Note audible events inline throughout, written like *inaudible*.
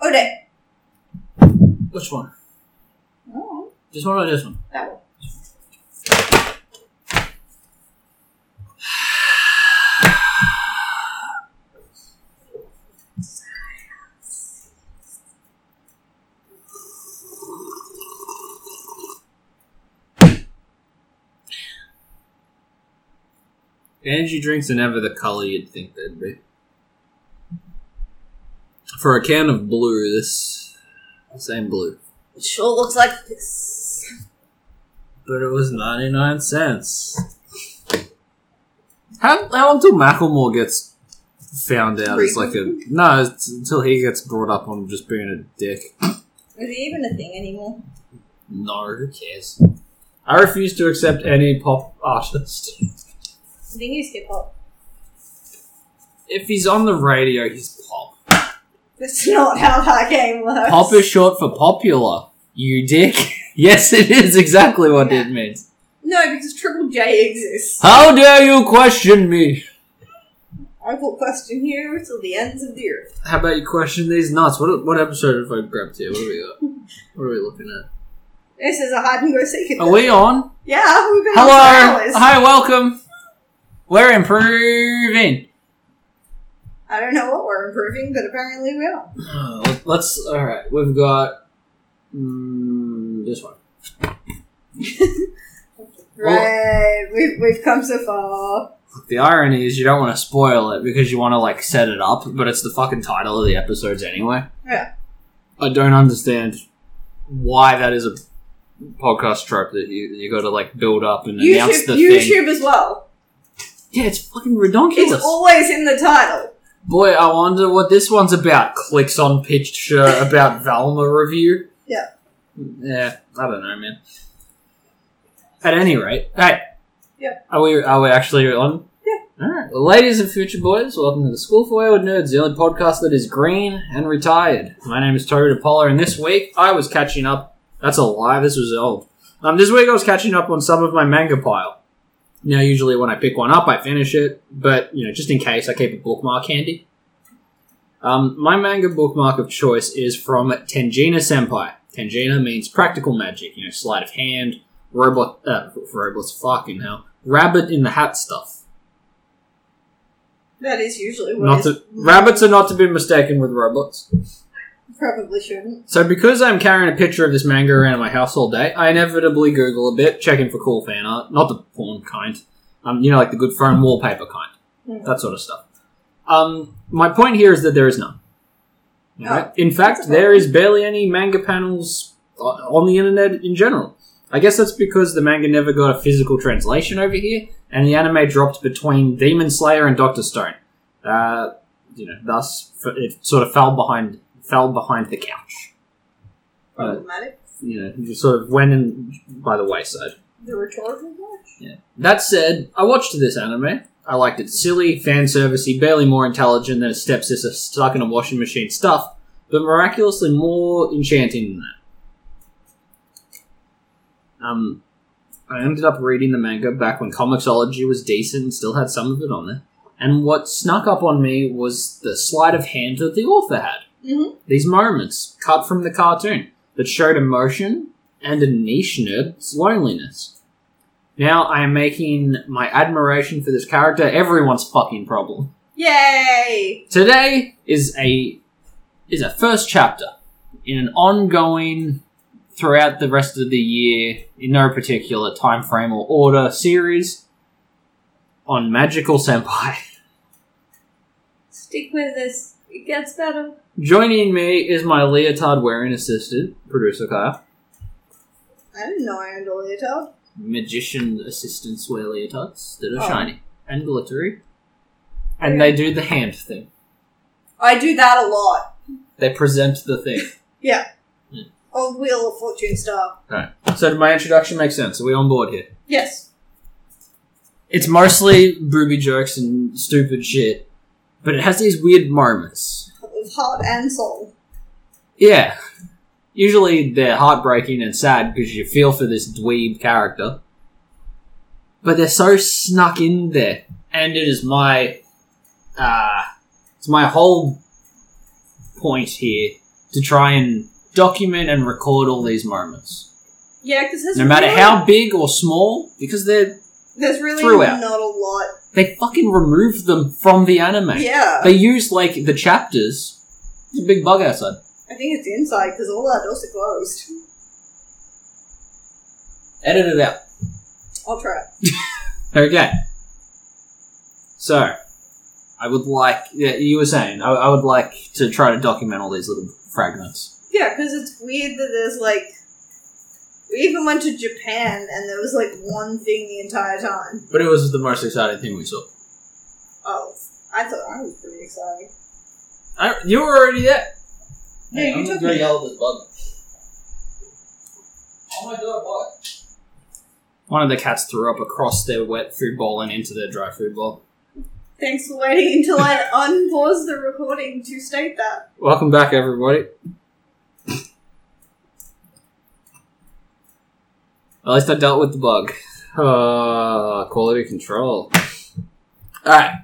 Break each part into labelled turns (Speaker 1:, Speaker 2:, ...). Speaker 1: put it.
Speaker 2: Which one?
Speaker 1: Oh,
Speaker 2: This one or this one?
Speaker 1: that one.
Speaker 2: Energy drinks are never the color you'd think they'd be. For a can of blue, this same blue.
Speaker 1: It sure looks like this.
Speaker 2: But it was 99 cents. How, how long till Macklemore gets found out as like a. No, it's until he gets brought up on just being a dick.
Speaker 1: Is it even a thing anymore?
Speaker 2: No, who cares? I refuse to accept any pop artist.
Speaker 1: I think you skip hop.
Speaker 2: If he's on the radio, he's pop.
Speaker 1: That's not how that game works.
Speaker 2: Pop is short for popular. You dick. *laughs* Yes, it is exactly what it means.
Speaker 1: No, because Triple J exists.
Speaker 2: How dare you question me?
Speaker 1: I will question you till the ends of the earth.
Speaker 2: How about you question these nuts? What, what episode have I grabbed here? What do we got? What are we looking at?
Speaker 1: This is a hide and go seek.
Speaker 2: Are we on?
Speaker 1: Yeah, we've been
Speaker 2: Hello!
Speaker 1: on for hours.
Speaker 2: Hi, welcome! We're improving!
Speaker 1: I don't know what we're improving, but apparently we are.
Speaker 2: Uh, Let's. Alright, we've got. Mm, this one. Well-
Speaker 1: Right, we've, we've come so far.
Speaker 2: The irony is you don't want to spoil it because you want to, like, set it up, but it's the fucking title of the episodes anyway.
Speaker 1: Yeah.
Speaker 2: I don't understand why that is a podcast trope that you, you gotta, like, build up and announce
Speaker 1: YouTube,
Speaker 2: the thing.
Speaker 1: YouTube as well.
Speaker 2: Yeah, it's fucking ridiculous.
Speaker 1: It's always in the title.
Speaker 2: Boy, I wonder what this one's about. Clicks on picture about Valma review.
Speaker 1: Yeah.
Speaker 2: Yeah, I don't know, man. At any rate, hey.
Speaker 1: Yeah.
Speaker 2: Are we are we actually on? Yeah. All right, well, ladies and future boys, welcome to the School for Wayward Nerds, the only podcast that is green and retired. My name is Toby DePola, and this week I was catching up. That's a lie. This was old. Um, this week I was catching up on some of my manga pile. Now, usually when I pick one up, I finish it, but you know, just in case, I keep a bookmark handy. Um, my manga bookmark of choice is from Tenjina Senpai. Tenjina means practical magic, you know, sleight of hand, robot, uh, robots, fucking hell, rabbit in the hat stuff.
Speaker 1: That is usually what
Speaker 2: Not
Speaker 1: is-
Speaker 2: to, rabbits are not to be mistaken with robots.
Speaker 1: Probably shouldn't.
Speaker 2: So, because I'm carrying a picture of this manga around my house all day, I inevitably Google a bit, checking for cool fan art, not the porn kind, um, you know, like the good phone wallpaper kind,
Speaker 1: Hmm.
Speaker 2: that sort of stuff. Um, my point here is that there is none. Alright? In fact,
Speaker 1: that's a
Speaker 2: there
Speaker 1: problem.
Speaker 2: is barely any manga panels o- on the internet in general. I guess that's because the manga never got a physical translation over here, and the anime dropped between Demon Slayer and Doctor Stone. Uh, you know, thus f- it sort of fell behind fell behind the couch. Uh,
Speaker 1: Problematic.
Speaker 2: you know, just sort of went in by the wayside.
Speaker 1: The rhetorical watch.
Speaker 2: That said, I watched this anime. I liked it. Silly, fan servicey, barely more intelligent than a stepsister stuck in a washing machine stuff, but miraculously more enchanting than that. Um, I ended up reading the manga back when Comixology was decent and still had some of it on there. And what snuck up on me was the sleight of hand that the author had
Speaker 1: Mm-hmm.
Speaker 2: these moments cut from the cartoon that showed emotion and a niche nerd's loneliness. Now I am making my admiration for this character everyone's fucking problem.
Speaker 1: Yay!
Speaker 2: Today is a is a first chapter in an ongoing throughout the rest of the year in no particular time frame or order series on magical senpai. *laughs*
Speaker 1: Stick with this. It gets better.
Speaker 2: Joining me is my leotard wearing assistant, producer Kyle.
Speaker 1: I didn't know I owned a leotard.
Speaker 2: magician assistants wear leotards that are
Speaker 1: Oh.
Speaker 2: shiny and glittery. And they do the hand thing.
Speaker 1: I do that a lot.
Speaker 2: They present the *laughs* thing. Hmm.
Speaker 1: Old Wheel of Fortune star.
Speaker 2: so did my introduction make sense? Are we on board here?
Speaker 1: Yes.
Speaker 2: It's mostly booby jokes and stupid shit, but it has these weird moments.
Speaker 1: With heart and soul.
Speaker 2: Yeah. Usually they're heartbreaking and sad because you feel for this dweeb character. But they're so snuck in there. And it is my uh it's my whole point here to try and document and record all these moments,
Speaker 1: Yeah, because there's
Speaker 2: no matter
Speaker 1: really,
Speaker 2: how big or small, because they're
Speaker 1: there's really
Speaker 2: throughout.
Speaker 1: not a lot.
Speaker 2: they fucking removed them from the anime.
Speaker 1: Yeah,
Speaker 2: They used like the chapters. It's a big bug outside.
Speaker 1: I think it's inside because all our doors are closed.
Speaker 2: Edit it out.
Speaker 1: I'll try. it.
Speaker 2: Okay. So, I would like. Yeah, you were saying I, I would like to try to document all these little fragments.
Speaker 1: Yeah, because it's weird that there's like. We even went to Japan and there was like one thing the entire time.
Speaker 2: But it was the most exciting thing we saw.
Speaker 1: Oh, I thought I was pretty excited.
Speaker 2: I, you were already there.
Speaker 1: Yeah, you took me.
Speaker 2: yell at this bug. Oh my god, what? One of the cats threw up across their wet food bowl and into their dry food bowl.
Speaker 1: Thanks for waiting until I unpause the recording to state that.
Speaker 2: Welcome back, everybody. At least I dealt with the bug. Uh, quality control. Alright.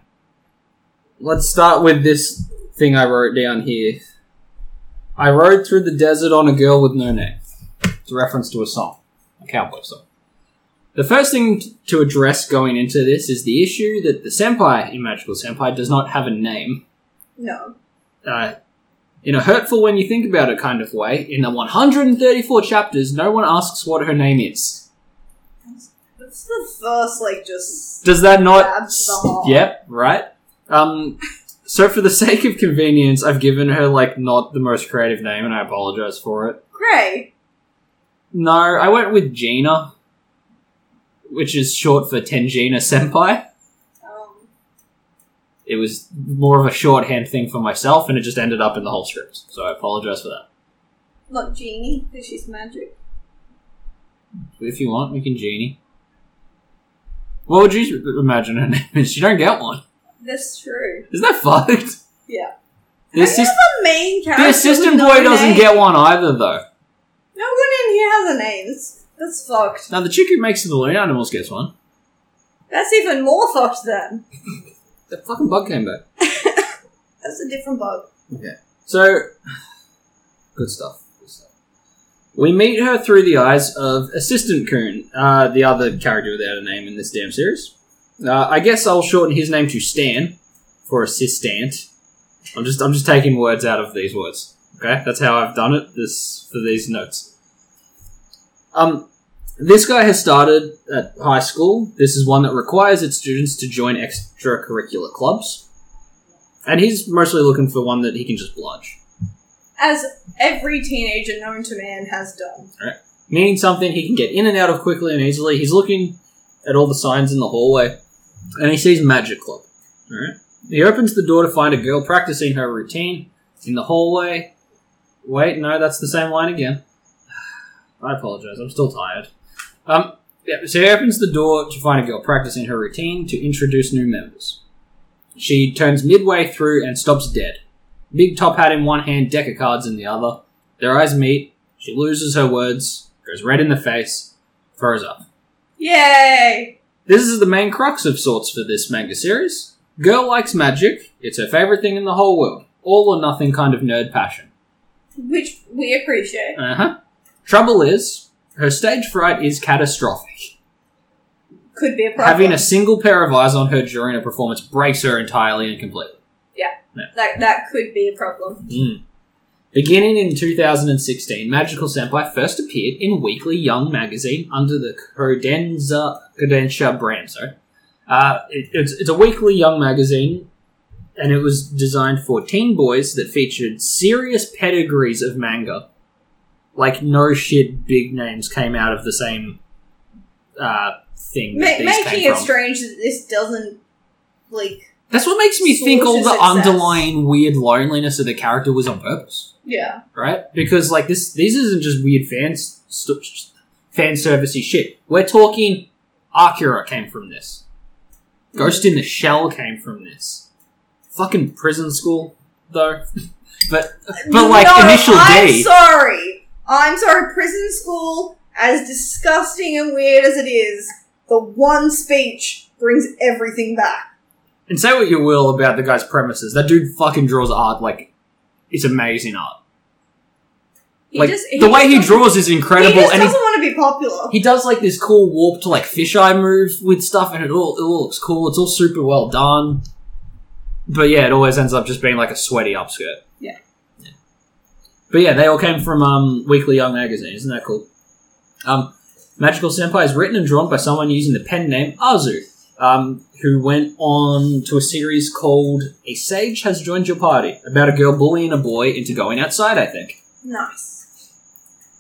Speaker 2: Let's start with this thing I wrote down here. I rode through the desert on a girl with no name. It's a reference to a song, a cowboy song. The first thing t- to address going into this is the issue that the senpai in Magical Senpai does not have a name
Speaker 1: No.
Speaker 2: uh, in a hurtful when you think about it kind of way, in the 134 chapters, no one asks what her name is.
Speaker 1: That's the first, like, just.
Speaker 2: Does that not?
Speaker 1: That's the heart.
Speaker 2: Yep, right. Um, so for the *laughs* sake of convenience, I've given her like not the most creative name, and I apologize for it.
Speaker 1: Grey!
Speaker 2: No, I went with Gina, which is short for Tenjina Senpai.
Speaker 1: Um,
Speaker 2: It was more of a shorthand thing for myself, and it just ended up in the whole script. So I apologize for that.
Speaker 1: not Genie, because she's magic.
Speaker 2: If you want, we can genie. What would you imagine her *laughs* name is? You don't get one.
Speaker 1: That's true.
Speaker 2: Isn't that fucked?
Speaker 1: Yeah.
Speaker 2: The, assist-
Speaker 1: The main character.
Speaker 2: the assistant
Speaker 1: with no
Speaker 2: boy doesn't
Speaker 1: name.
Speaker 2: get one either, though.
Speaker 1: No one in here has a name. That's, that's fucked.
Speaker 2: Now, the chick who makes the balloon animals gets one.
Speaker 1: That's even more fucked then.
Speaker 2: The fucking bug came back.
Speaker 1: That's a different bug.
Speaker 2: So, good stuff. Good stuff. We meet her through the eyes of Assistant Coon, uh, the other character without a name in this damn series. Uh, I guess I'll shorten his name to Stan for assistant. I'm just I'm just taking words out of these words. Okay, that's how I've done it. This for these notes. Um, this guy has started at high school. This is one that requires its students to join extracurricular clubs, and he's mostly looking for one that he can just bludge.
Speaker 1: As every teenager known to man has done.
Speaker 2: meaning something he can get in and out of quickly and easily. He's looking at all the signs in the hallway, and he sees Magic Club. All right, he opens the door to find a girl practicing her routine in the hallway. Wait, no, that's the same line again. I apologize. I'm still tired. Um, yeah, so he opens the door to find a girl practicing her routine to introduce new members. She turns midway through and stops dead. Big top hat in one hand, deck of cards in the other. Their eyes meet. She loses her words, goes red in the face, throws up.
Speaker 1: Yay!
Speaker 2: This is the main crux of sorts for this manga series. Girl likes magic, it's her favorite thing in the whole world. All or nothing kind of nerd passion.
Speaker 1: Which we appreciate.
Speaker 2: Uh huh. Trouble is, her stage fright is catastrophic.
Speaker 1: Could be a problem.
Speaker 2: Having a single pair of eyes on her during a performance breaks her entirely and completely.
Speaker 1: that, that could be a problem.
Speaker 2: Mm. Beginning in 2016, Magical Senpai first appeared in Weekly Young magazine under the Kodenza, Kodensha brand. Sorry. Uh, it- it's, it's a weekly young magazine, and it was designed for teen boys that featured serious pedigrees of manga. Like, no shit, big names came out of the same uh, thing.
Speaker 1: Ma-
Speaker 2: That these
Speaker 1: making
Speaker 2: came
Speaker 1: it
Speaker 2: from.
Speaker 1: strange that this doesn't, like,
Speaker 2: That's what makes me think all the
Speaker 1: Source of success.
Speaker 2: underlying weird loneliness of the character was on purpose
Speaker 1: yeah.
Speaker 2: right? Because like this, these isn't just weird fans st- st- fan servicey shit. We're talking Akira came from this. Ghost in the Shell came from this. Fucking prison school though, *laughs* but but like
Speaker 1: No,
Speaker 2: initial
Speaker 1: I'm
Speaker 2: day.
Speaker 1: sorry. I'm sorry. Prison school, as disgusting and weird as it is, the one speech brings everything back.
Speaker 2: and say what you will about the guy's premises, that dude fucking draws art like it's amazing art.
Speaker 3: He
Speaker 2: like
Speaker 3: just- he
Speaker 2: the way
Speaker 3: just
Speaker 2: he
Speaker 3: doesn't-
Speaker 2: draws is
Speaker 1: He
Speaker 2: incredible,
Speaker 1: just
Speaker 2: and he,
Speaker 1: doesn't want to be popular.
Speaker 2: he does like this cool warp to like fisheye move with stuff, and it all it all looks cool. It's all super well done, but yeah, it always ends up just being like a sweaty upskirt.
Speaker 1: Yeah.
Speaker 2: Yeah. But yeah, they all came from um, Weekly Young magazine. Isn't that cool? Um, Magical Senpai is written and drawn by someone using the pen name Azu, um, who went on to a series called "A Sage Has Joined Your Party" about a girl bullying a boy into going outside. I think.
Speaker 1: nice.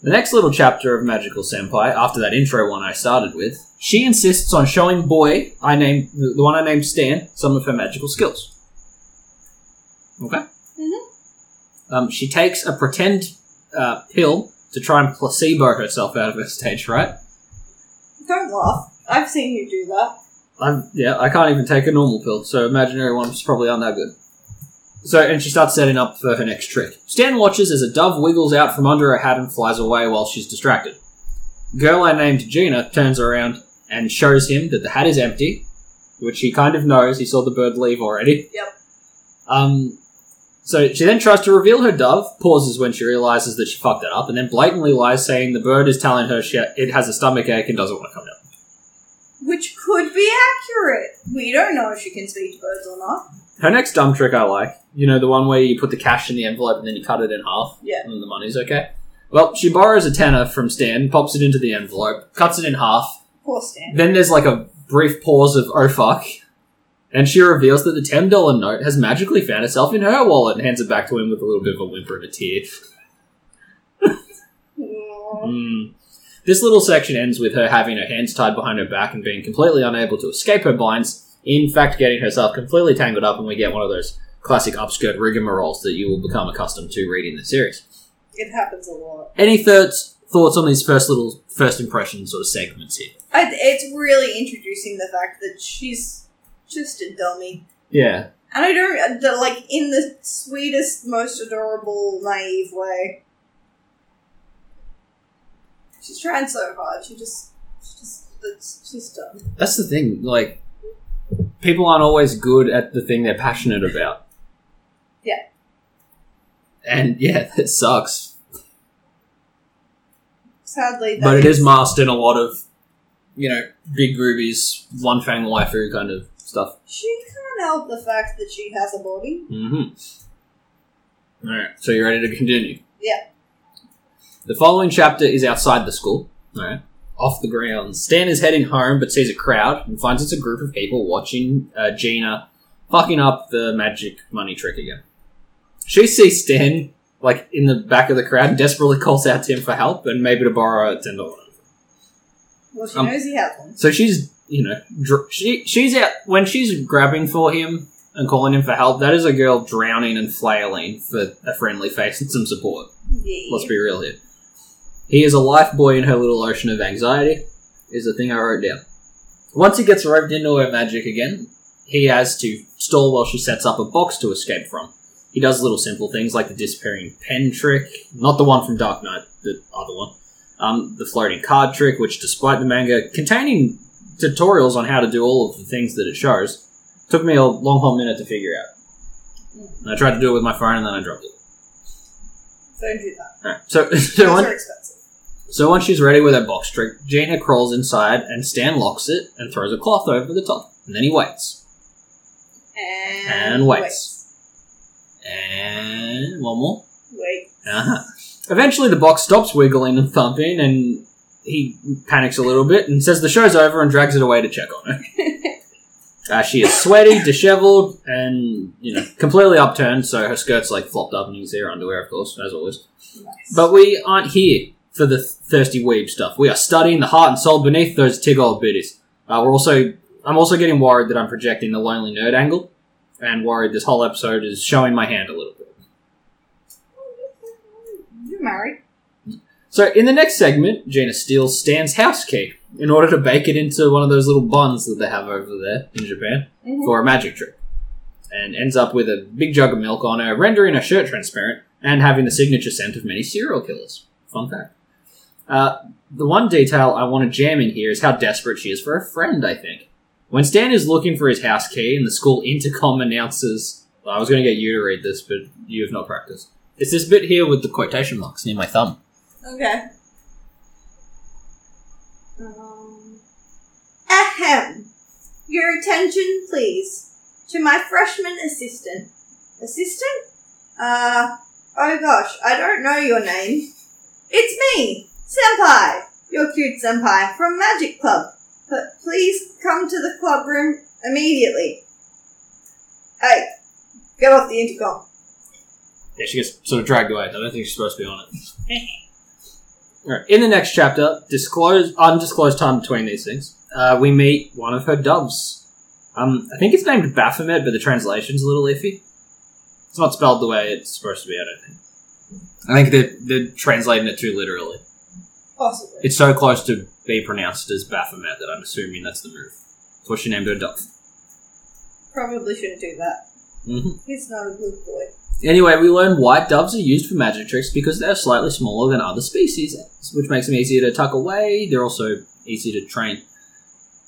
Speaker 2: The next little chapter of Magical Senpai, after that intro one I started with, she insists on showing boy I named the the one I named Stan some of her magical skills. Okay.
Speaker 1: Mhm.
Speaker 2: Um, she takes a pretend uh, pill to try and placebo herself out of her stage fright.
Speaker 1: Don't laugh. I've seen you do that.
Speaker 2: I'm, yeah, I can't even take a normal pill, so imaginary ones probably aren't that good. So, and she starts setting up for her next trick. Stan watches as a dove wiggles out from under her hat and flies away while she's distracted. Girl I named Gina turns around and shows him that the hat is empty, which he kind of knows. He saw the bird leave already.
Speaker 1: Yep.
Speaker 2: Um, so she then tries to reveal her dove, pauses when she realizes that she fucked it up, and then blatantly lies, saying the bird is telling her she, it has a stomach ache and doesn't want to come down.
Speaker 1: Which could be accurate. We don't know if she can speak to birds or not.
Speaker 2: Her next dumb trick I like, you know, the one where you put the cash in the envelope and then you cut it in half.
Speaker 1: Yeah.
Speaker 2: And the money's okay. Well, she borrows a tenner from Stan, pops it into the envelope, cuts it in half.
Speaker 1: Poor Stan.
Speaker 2: Then there's like a brief pause of, oh fuck. And she reveals that the $10 note has magically found itself in her wallet and hands it back to him with a little bit of a whimper and a tear.
Speaker 1: Aw.
Speaker 2: Mm. This little section ends with her having her hands tied behind her back and being completely unable to escape her binds, in fact, getting herself completely tangled up, and we get one of those classic upskirt rigmaroles that you will become accustomed to reading the series.
Speaker 1: It happens a lot.
Speaker 2: Any thoughts thoughts on these first little first impressions sort of segments here?
Speaker 1: I, it's really introducing the fact that she's just a dummy.
Speaker 2: Yeah.
Speaker 1: And I don't, uh, the, like, in the sweetest, most adorable, naive way. She's trying so hard. She just, she just, it's, she's dumb.
Speaker 2: That's the thing, like people aren't always good at the thing they're passionate about.
Speaker 1: Yeah.
Speaker 2: And yeah, *laughs* that sucks.
Speaker 1: Sadly, that
Speaker 2: but it is masked in a lot of, you know, big rubies, one fang waifu kind of stuff.
Speaker 1: She can't help the fact that she has a body.
Speaker 2: Mm-hmm. All right, so you're ready to continue?
Speaker 1: Yeah.
Speaker 2: The following chapter is outside the school. All right, off the grounds. Stan is heading home, but sees a crowd and finds it's a group of people watching uh, Gina fucking up the magic money trick again. She sees Stan like in the back of the crowd, and desperately calls out to him for help and maybe to borrow a ten dollar.
Speaker 1: Well, she
Speaker 2: Um,
Speaker 1: knows he has one.
Speaker 2: So she's, you know, dr- she she's out when she's grabbing for him and calling him for help. That is a girl drowning and flailing for a friendly face and some support.
Speaker 1: Yeah.
Speaker 2: Let's be real here. He is a life boy in her little ocean of anxiety. Is the thing I wrote down. Once he gets roped into her magic again, he has to stall while she sets up a box to escape from. He does little simple things like the disappearing pen trick, not the one from Dark Knight, the other one. Um, the floating card trick, which, despite the manga containing tutorials on how to do all of the things that it shows, took me a long whole minute to figure out. And I tried to do it with my phone, and then I dropped it.
Speaker 1: Don't do that.
Speaker 2: All right. So, *laughs* so
Speaker 1: Those
Speaker 2: once,
Speaker 1: are expensive.
Speaker 2: so once she's ready with her box trick, Gina crawls inside and Stan locks it and throws a cloth over the top. And then he waits.
Speaker 1: And,
Speaker 2: And waits. And one more.
Speaker 1: Wait. Wait.
Speaker 2: Uh-huh. Eventually the box stops wiggling and thumping and he panics a little bit and says the show's over and drags it away to check on her. Uh, she is sweaty, disheveled, and you know completely upturned, so her skirt's like flopped up, and you can see her underwear, of course, as always.
Speaker 1: Nice.
Speaker 2: But we aren't here for the thirsty weeb stuff. We are studying the heart and soul beneath those tig old biddies. Uh, we're also, I'm also getting worried that I'm projecting the lonely nerd angle, and worried this whole episode is showing my hand a little bit.
Speaker 1: Oh, You're married.
Speaker 2: So in the next segment, Gina steals Stan's house key in order to bake it into one of those little buns that they have over there in Japan
Speaker 1: Mhm.
Speaker 2: for a magic trick, and ends up with a big jug of milk on her, rendering her shirt transparent and having the signature scent of many serial killers. Fun fact. Uh, the one detail I want to jam in here is how desperate she is for a friend. I think when Stan is looking for his house key and the school *laughs* intercom announces, well, I was going to get you to read this, but you have not practiced. It's this bit here with the quotation marks near my thumb.
Speaker 1: Okay. Um. Ahem. Your attention, please, to my freshman assistant. Assistant? Uh, oh gosh, I don't know your name. It's me, Senpai, your cute senpai from Magic Club. But please come to the club room immediately. Hey, get off the intercom.
Speaker 2: Yeah, she gets sort of dragged away. I don't think she's supposed to be on it. *laughs* Alright, in the next chapter, disclosed, undisclosed time between these things, uh, we meet one of her doves. Um, I think it's named Baphomet, but the translation's a little iffy. It's not spelled the way it's supposed to be, I don't think. I think they're, they're translating it too literally.
Speaker 1: Possibly.
Speaker 2: It's so close to be pronounced as Baphomet that I'm assuming that's the move. That's what she named her dove.
Speaker 1: Probably shouldn't do that.
Speaker 2: hmm
Speaker 1: He's not a good boy.
Speaker 2: Anyway, we learn white doves are used for magic tricks because they're slightly smaller than other species, which makes them easier to tuck away. They're also easy to train.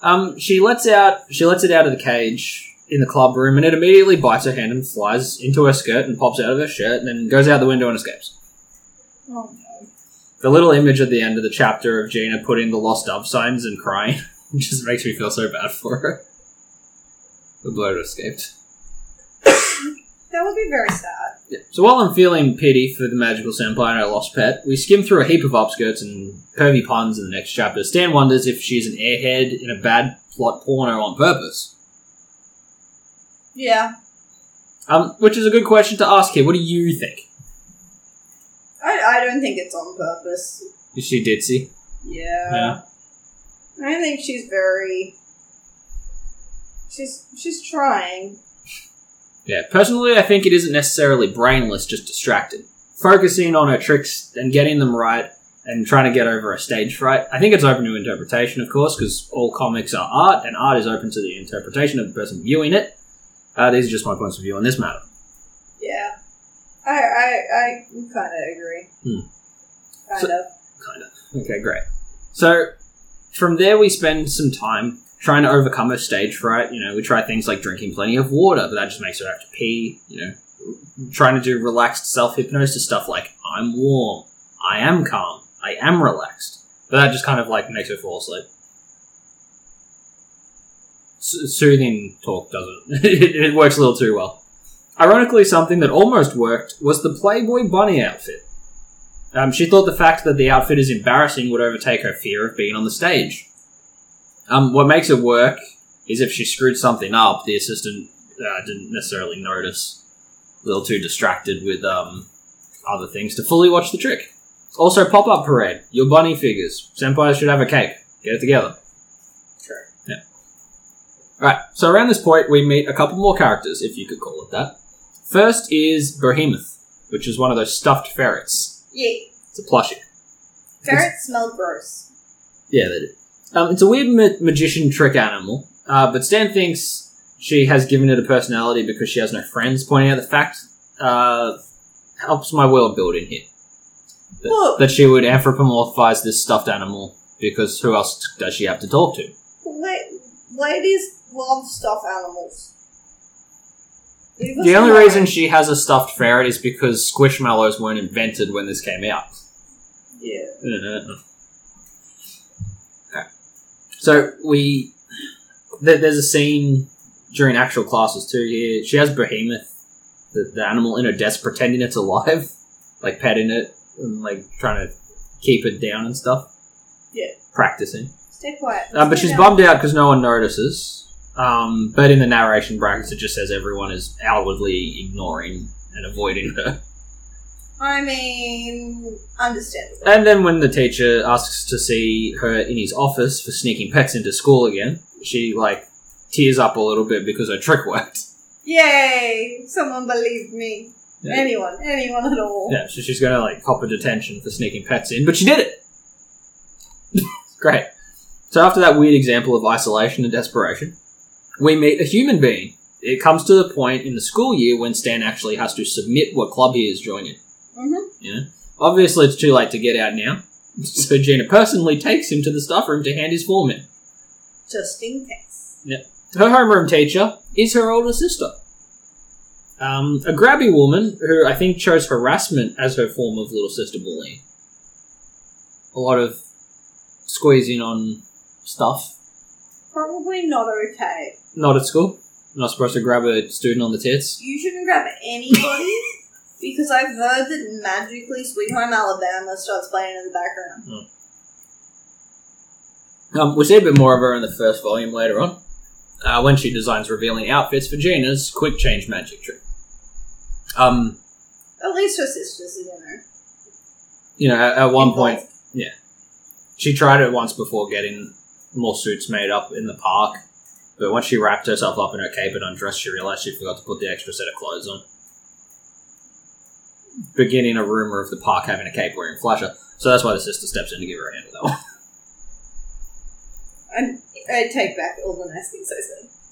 Speaker 2: Um, she lets out she lets it out of the cage in the club room, and it immediately bites her hand and flies into her skirt and pops out of her shirt, and then goes out the window and escapes.
Speaker 1: Oh
Speaker 2: The little image at the end of the chapter of Gina putting the lost dove signs and crying *laughs* just makes me feel so bad for her. The bloater escaped.
Speaker 1: That would be very sad.
Speaker 2: Yeah. So while I'm feeling pity for the magical senpai and our lost pet, we skim through a heap of upskirts and pervy puns in the next chapter. Stan wonders if she's an airhead in a bad plot porno on purpose.
Speaker 1: Yeah.
Speaker 2: Um, which is a good question to ask here. What do you think?
Speaker 1: I, I don't think it's on purpose.
Speaker 2: Is she ditzy?
Speaker 1: Yeah. I think she's very. She's she's trying.
Speaker 2: Yeah. Personally, I think it isn't necessarily brainless, just distracted. Focusing on her tricks and getting them right and trying to get over a stage fright. I think it's open to interpretation, of course, because all comics are art, and art is open to the interpretation of the person viewing it. Uh, these are just my points of view on this matter.
Speaker 1: Yeah. I I, I kind of agree.
Speaker 2: Hmm.
Speaker 1: Kind
Speaker 2: So-
Speaker 1: of.
Speaker 2: Kind of. Okay, great. So from there, we spend some time trying to overcome her stage fright. You know, we try things like drinking plenty of water, but that just makes her have to pee. You know, trying to do relaxed self hypnosis stuff like I'm warm, I am calm, I am relaxed. But that just kind of like makes her fall asleep. S- soothing talk doesn't. *laughs* it, it works a little too well. Ironically, something that almost worked was the Playboy Bunny outfit. Um, she thought the fact that the outfit is embarrassing would overtake her fear of being on the stage. Um, what makes it work is if she screwed something up, the assistant uh, didn't necessarily notice. A little too distracted with um, other things to fully watch the trick. Also, pop up parade, your bunny figures. Senpai should have a cake. Get it together.
Speaker 1: Sure.
Speaker 2: Right, so around this point, we meet a couple more characters, if you could call it that. First is Behemoth, which is one of those stuffed ferrets.
Speaker 1: Yeah.
Speaker 2: It's a plushie.
Speaker 1: Ferrets smell gross.
Speaker 2: Yeah, they do. Um, it's a weird ma- magician trick animal, uh, but Stan thinks she has given it a personality because she has no friends. Pointing out the fact uh, helps my world building here. That,
Speaker 1: Look.
Speaker 2: that she would anthropomorphize this stuffed animal because who else does she have to talk to?
Speaker 1: La- ladies love stuffed animals. Leave us
Speaker 2: The only
Speaker 1: alone.
Speaker 2: reason she has a stuffed ferret is because squishmallows weren't invented when this came out.
Speaker 1: Yeah.
Speaker 2: Uh-huh. So we th- there's a scene during actual classes too. Here she has Behemoth, the, the animal in her desk, pretending it's alive, *laughs* like petting it and like trying to keep it down and stuff.
Speaker 1: Yeah.
Speaker 2: practicing.
Speaker 1: Stay quiet.
Speaker 2: Uh, but
Speaker 1: Stay
Speaker 2: she's
Speaker 1: down.
Speaker 2: bummed out because no one notices. Um, but in the narration brackets, it just says everyone is outwardly ignoring and avoiding her.
Speaker 1: I mean, understandable.
Speaker 2: And then when the teacher asks to see her in his office for sneaking pets into school again, she like tears up a little bit because her trick worked.
Speaker 1: Yay! Someone believed me.
Speaker 2: Yeah.
Speaker 1: Anyone, anyone at all.
Speaker 2: Yeah, so she's gonna like cop a detention for sneaking pets in, but she did it. *laughs* Great. So after that weird example of isolation and desperation, we meet a human being. It comes to the point in the school year when Stan actually has to submit what club he is joining.
Speaker 1: Mm-hmm.
Speaker 2: Obviously, it's too late to get out now, *laughs* so Gina personally takes him to the stuff room to hand his form in.
Speaker 1: Just in case.
Speaker 2: Her homeroom teacher is her older sister. Um, a grabby woman who I think chose harassment as her form of little sister bullying. a lot of squeezing on stuff.
Speaker 1: Probably not okay.
Speaker 2: Not at school. You're not supposed to grab a student on the tits.
Speaker 1: You shouldn't grab
Speaker 2: *laughs*
Speaker 1: anybody because I've heard that magically Sweet Home Alabama starts playing in the background.
Speaker 2: Um, we see a bit more of her in the first volume later on, uh, when she designs revealing outfits for Gina's quick change magic trick. Um,
Speaker 1: At least her sisters are gonna.
Speaker 2: you know, at, at one point she tried it once before getting more suits made up in the park, but once she wrapped herself up in her cape and undressed, she realized she forgot to put the extra set of clothes on. Beginning a rumor of the park having a cape wearing Flasher, so that's why the sister steps in to give her a hand with that one.
Speaker 1: I, I take back all the nice things I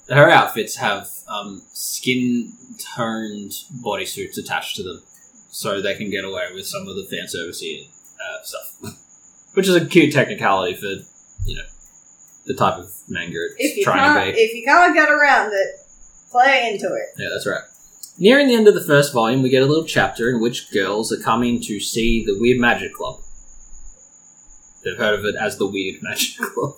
Speaker 1: said.
Speaker 2: her outfits have um, skin toned bodysuits attached to them, so they can get away with some of the fan servicey uh, stuff, *laughs* which is a cute technicality for you know the type of manga it's
Speaker 1: If you
Speaker 2: trying to be.
Speaker 1: can't, if you can't get around it, play into it.
Speaker 2: Yeah, that's right. Nearing the end of the first volume, we get a little chapter in which girls are coming to see the Weird Magic Club. They've heard of it as the Weird Magic Club.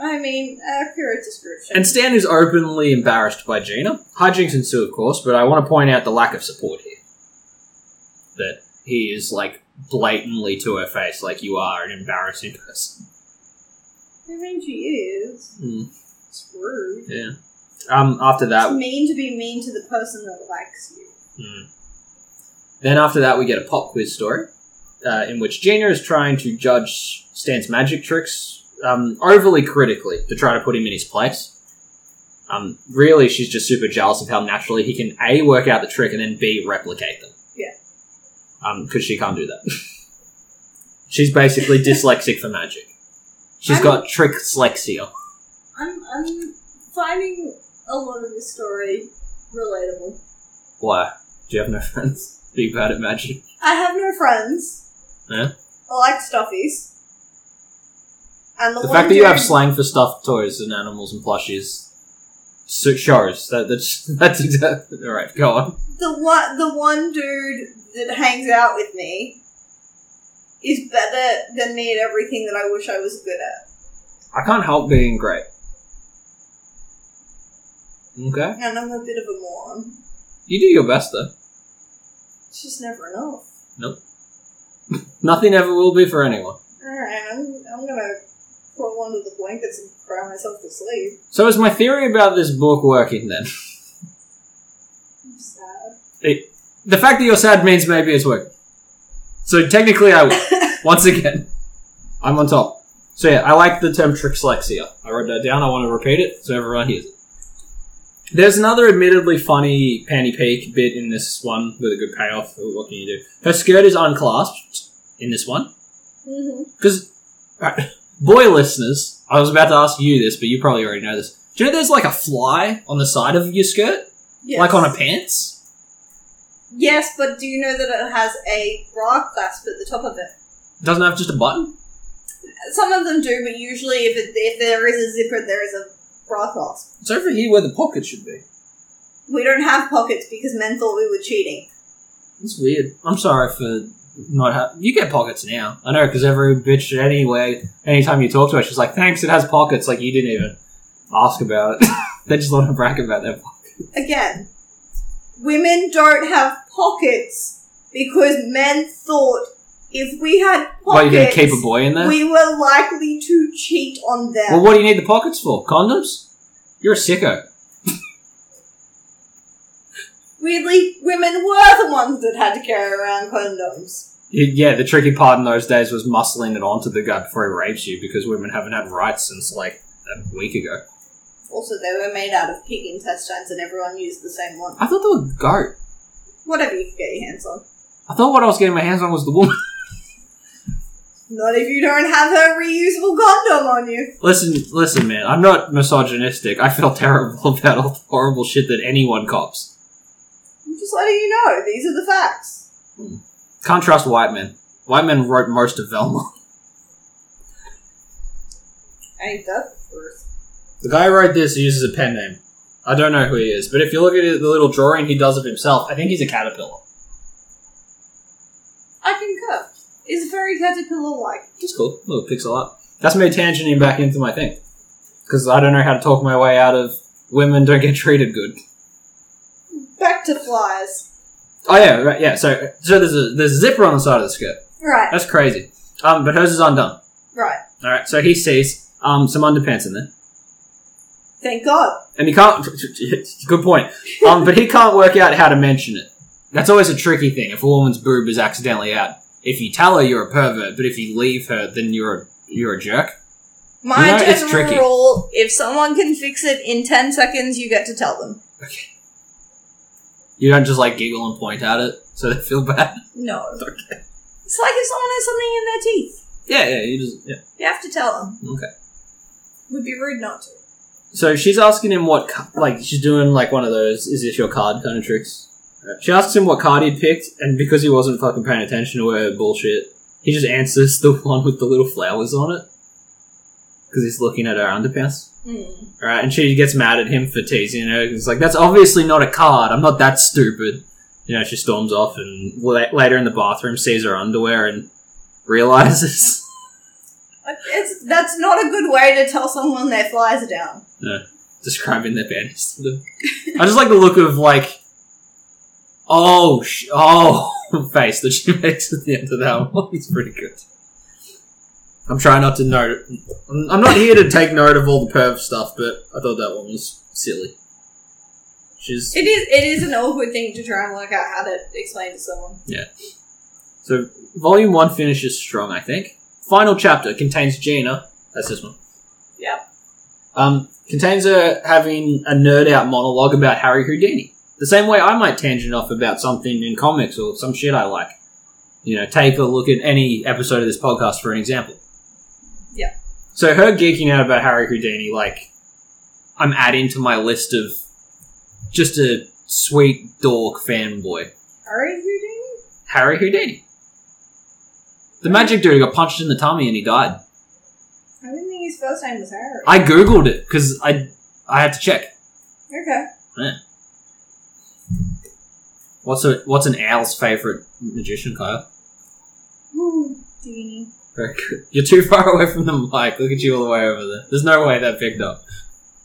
Speaker 1: I mean, accurate description.
Speaker 2: And Stan is openly embarrassed by Gina. Hijinks ensue, of course, but I want to point out the lack of support here. That he is, like, blatantly to her face, like, you are an embarrassing person.
Speaker 1: I mean, she is.
Speaker 2: Mm,
Speaker 1: It's rude.
Speaker 2: yeah. Um, after that,
Speaker 1: It's mean to be mean to the person that likes you.
Speaker 2: Mm. Then after that, we get a pop quiz story uh, in which Gina is trying to judge Stan's magic tricks um, overly critically to try to put him in his place. Um, really, she's just super jealous of how naturally he can a work out the trick and then b replicate them.
Speaker 1: Yeah.
Speaker 2: because she can't do that. *laughs*
Speaker 1: *laughs*
Speaker 2: she's basically dyslexic for magic. She's
Speaker 1: I'm-
Speaker 2: got trickslexia.
Speaker 1: I'm, I'm finding a lot of this story relatable.
Speaker 2: Why? Do you have no friends? Be bad at magic.
Speaker 1: I have no friends.
Speaker 2: Yeah.
Speaker 1: I like stuffies. And the,
Speaker 2: The
Speaker 1: one
Speaker 2: fact that you
Speaker 1: dude-
Speaker 2: have slang for stuffed toys and animals and plushies so- shows that that's *laughs* that's exactly all right. Go on.
Speaker 1: the one the one dude that hangs out with me is better than me at everything that I wish I was good at.
Speaker 2: I can't help being great. Okay,
Speaker 1: And I'm a bit of a moron.
Speaker 2: you do your best though.
Speaker 1: It's just never enough.
Speaker 2: Nothing ever will be for anyone.
Speaker 1: Alright, I'm, I'm gonna crawl under the blankets and cry myself to sleep.
Speaker 2: So is my theory about this book working then? *laughs*
Speaker 1: I'm sad. *laughs*
Speaker 2: The fact that you're sad means maybe it's working. So technically, I win. once again. I'm on top. So yeah, I like the term trickslexia. I wrote that down. I want to repeat it so everyone hears it. There's another admittedly funny panty peek bit in this one with a good payoff. Ooh, What can you do? Her skirt is unclasped in this one
Speaker 1: Mm-hmm.
Speaker 2: because, boy listeners, I was about to ask you this, but you probably already know this. Do you know there's like a fly on the side of your skirt,
Speaker 1: Yes.
Speaker 2: like on a pants?
Speaker 1: Yes, but do you know that it has a bra clasp at the top of it?
Speaker 2: Doesn't have just a button.
Speaker 1: Some of them do, but usually if, it, if there is a zipper, there is a bra clasp.
Speaker 2: It's over here where the pocket should be.
Speaker 1: We don't have pockets because men thought we were cheating.
Speaker 2: It's weird. I'm sorry for not ha You get pockets now. I know, because every bitch anyway, anytime you talk to her, she's like, thanks, it has pockets. Like, you didn't even ask about it. *laughs* they just want to brag about their pockets.
Speaker 1: Again, women don't have pockets because men thought if we had pockets,
Speaker 2: Why, you going to keep a boy in there?
Speaker 1: we were likely to cheat on them.
Speaker 2: well, what do you need the pockets for? Condoms? You're a sicko.
Speaker 1: Weirdly, women were the ones that had to carry around condoms.
Speaker 2: Y- Yeah, the tricky part in those days was muscling it onto the guy before he rapes you because women haven't had rights since like a week ago.
Speaker 1: Also, they were made out of pig intestines and everyone used the same one.
Speaker 2: I thought they were goat.
Speaker 1: Whatever you could get your hands on.
Speaker 2: I thought what I was getting my hands on was the woman.
Speaker 1: Not if you don't have a reusable condom on you.
Speaker 2: Listen, listen, man. I'm not misogynistic. I feel terrible *laughs* about all the horrible shit that anyone cops.
Speaker 1: I'm just letting you know, these are the facts.
Speaker 2: Can't trust white men. White men wrote most of Velma.
Speaker 1: Ain't that the truth?
Speaker 2: The guy who wrote this uses a pen name. I don't know who he is, but if you look at the little drawing he does of himself, I think he's a caterpillar.
Speaker 1: I concur. It's very caterpillar like.
Speaker 2: It's cool. Little pixel art. That's me tangenting back into my thing. Because I don't know how to talk my way out of women don't get treated good.
Speaker 1: Back to flies.
Speaker 2: Oh yeah, right, yeah. So, so there's a there's a zipper on the side of the skirt.
Speaker 1: Right,
Speaker 2: That's crazy. Um, but hers is undone.
Speaker 1: right.
Speaker 2: All right. So he sees um some underpants in there,
Speaker 1: Thank God.
Speaker 2: and he can't. *laughs* Good point. Um, but he can't work out how to mention it. That's always a tricky thing. If a woman's boob is accidentally out, if you tell her you're a pervert, but if you leave her, then you're a, you're a jerk.
Speaker 1: My
Speaker 2: You know, it's
Speaker 1: general
Speaker 2: tricky.
Speaker 1: rule if someone can fix it in 10 seconds, you get to tell them.
Speaker 2: You don't just like giggle and point at it so they feel bad. *laughs*
Speaker 1: No. It's like if someone has something in their teeth,
Speaker 2: Yeah, yeah. You just yeah.
Speaker 1: you have to tell them.
Speaker 2: Okay.
Speaker 1: Would be rude not to.
Speaker 2: So she's asking him what, ca- like, she's doing like one of those "is this your card" kind of tricks. She asks him what card he'd picked, and because he wasn't fucking paying attention to her bullshit, he just answers *laughs* the one with the little flowers on it because he's looking at her underpants.
Speaker 1: Mm.
Speaker 2: All right, and she gets mad at him for teasing her. It's like that's obviously not a card. I'm not that stupid. You know, she storms off, and la- later in the bathroom, sees her underwear and realizes.
Speaker 1: Like, It's, that's not a good way to tell someone their flies are down.
Speaker 2: describing their badness to them. I just like the look of like, oh, sh- oh, *laughs* face that she *laughs* makes at the end of that one. It's pretty good. I'm trying not to note. I'm I'm not here to take note of all the perv stuff, but I thought that one was silly. She's
Speaker 1: It is it is an awkward thing to try and work out how to explain to someone.
Speaker 2: so volume one finishes strong. I think final chapter contains Gina. That's this one.
Speaker 1: Yep.
Speaker 2: Um, contains her having a nerd out monologue about Harry Houdini. The same way I might tangent off about something in comics or some shit I like. You know, take a look at any episode of this podcast for an example.
Speaker 1: Yeah.
Speaker 2: So her geeking out about Harry Houdini, like, I'm adding to my list of just a sweet dork fanboy.
Speaker 1: Are you doing?
Speaker 2: Harry Houdini. The magic dude who got punched in the tummy and he died.
Speaker 1: I didn't think his first name was Harry.
Speaker 2: I googled it because I I had to check.
Speaker 1: okay.
Speaker 2: What's a what's an owl's favorite magician, Kyle?
Speaker 1: Ooh, Houdini.
Speaker 2: Very good. You're too *laughs* far away from the mic. Look at you all the way over there. There's no way that picked up.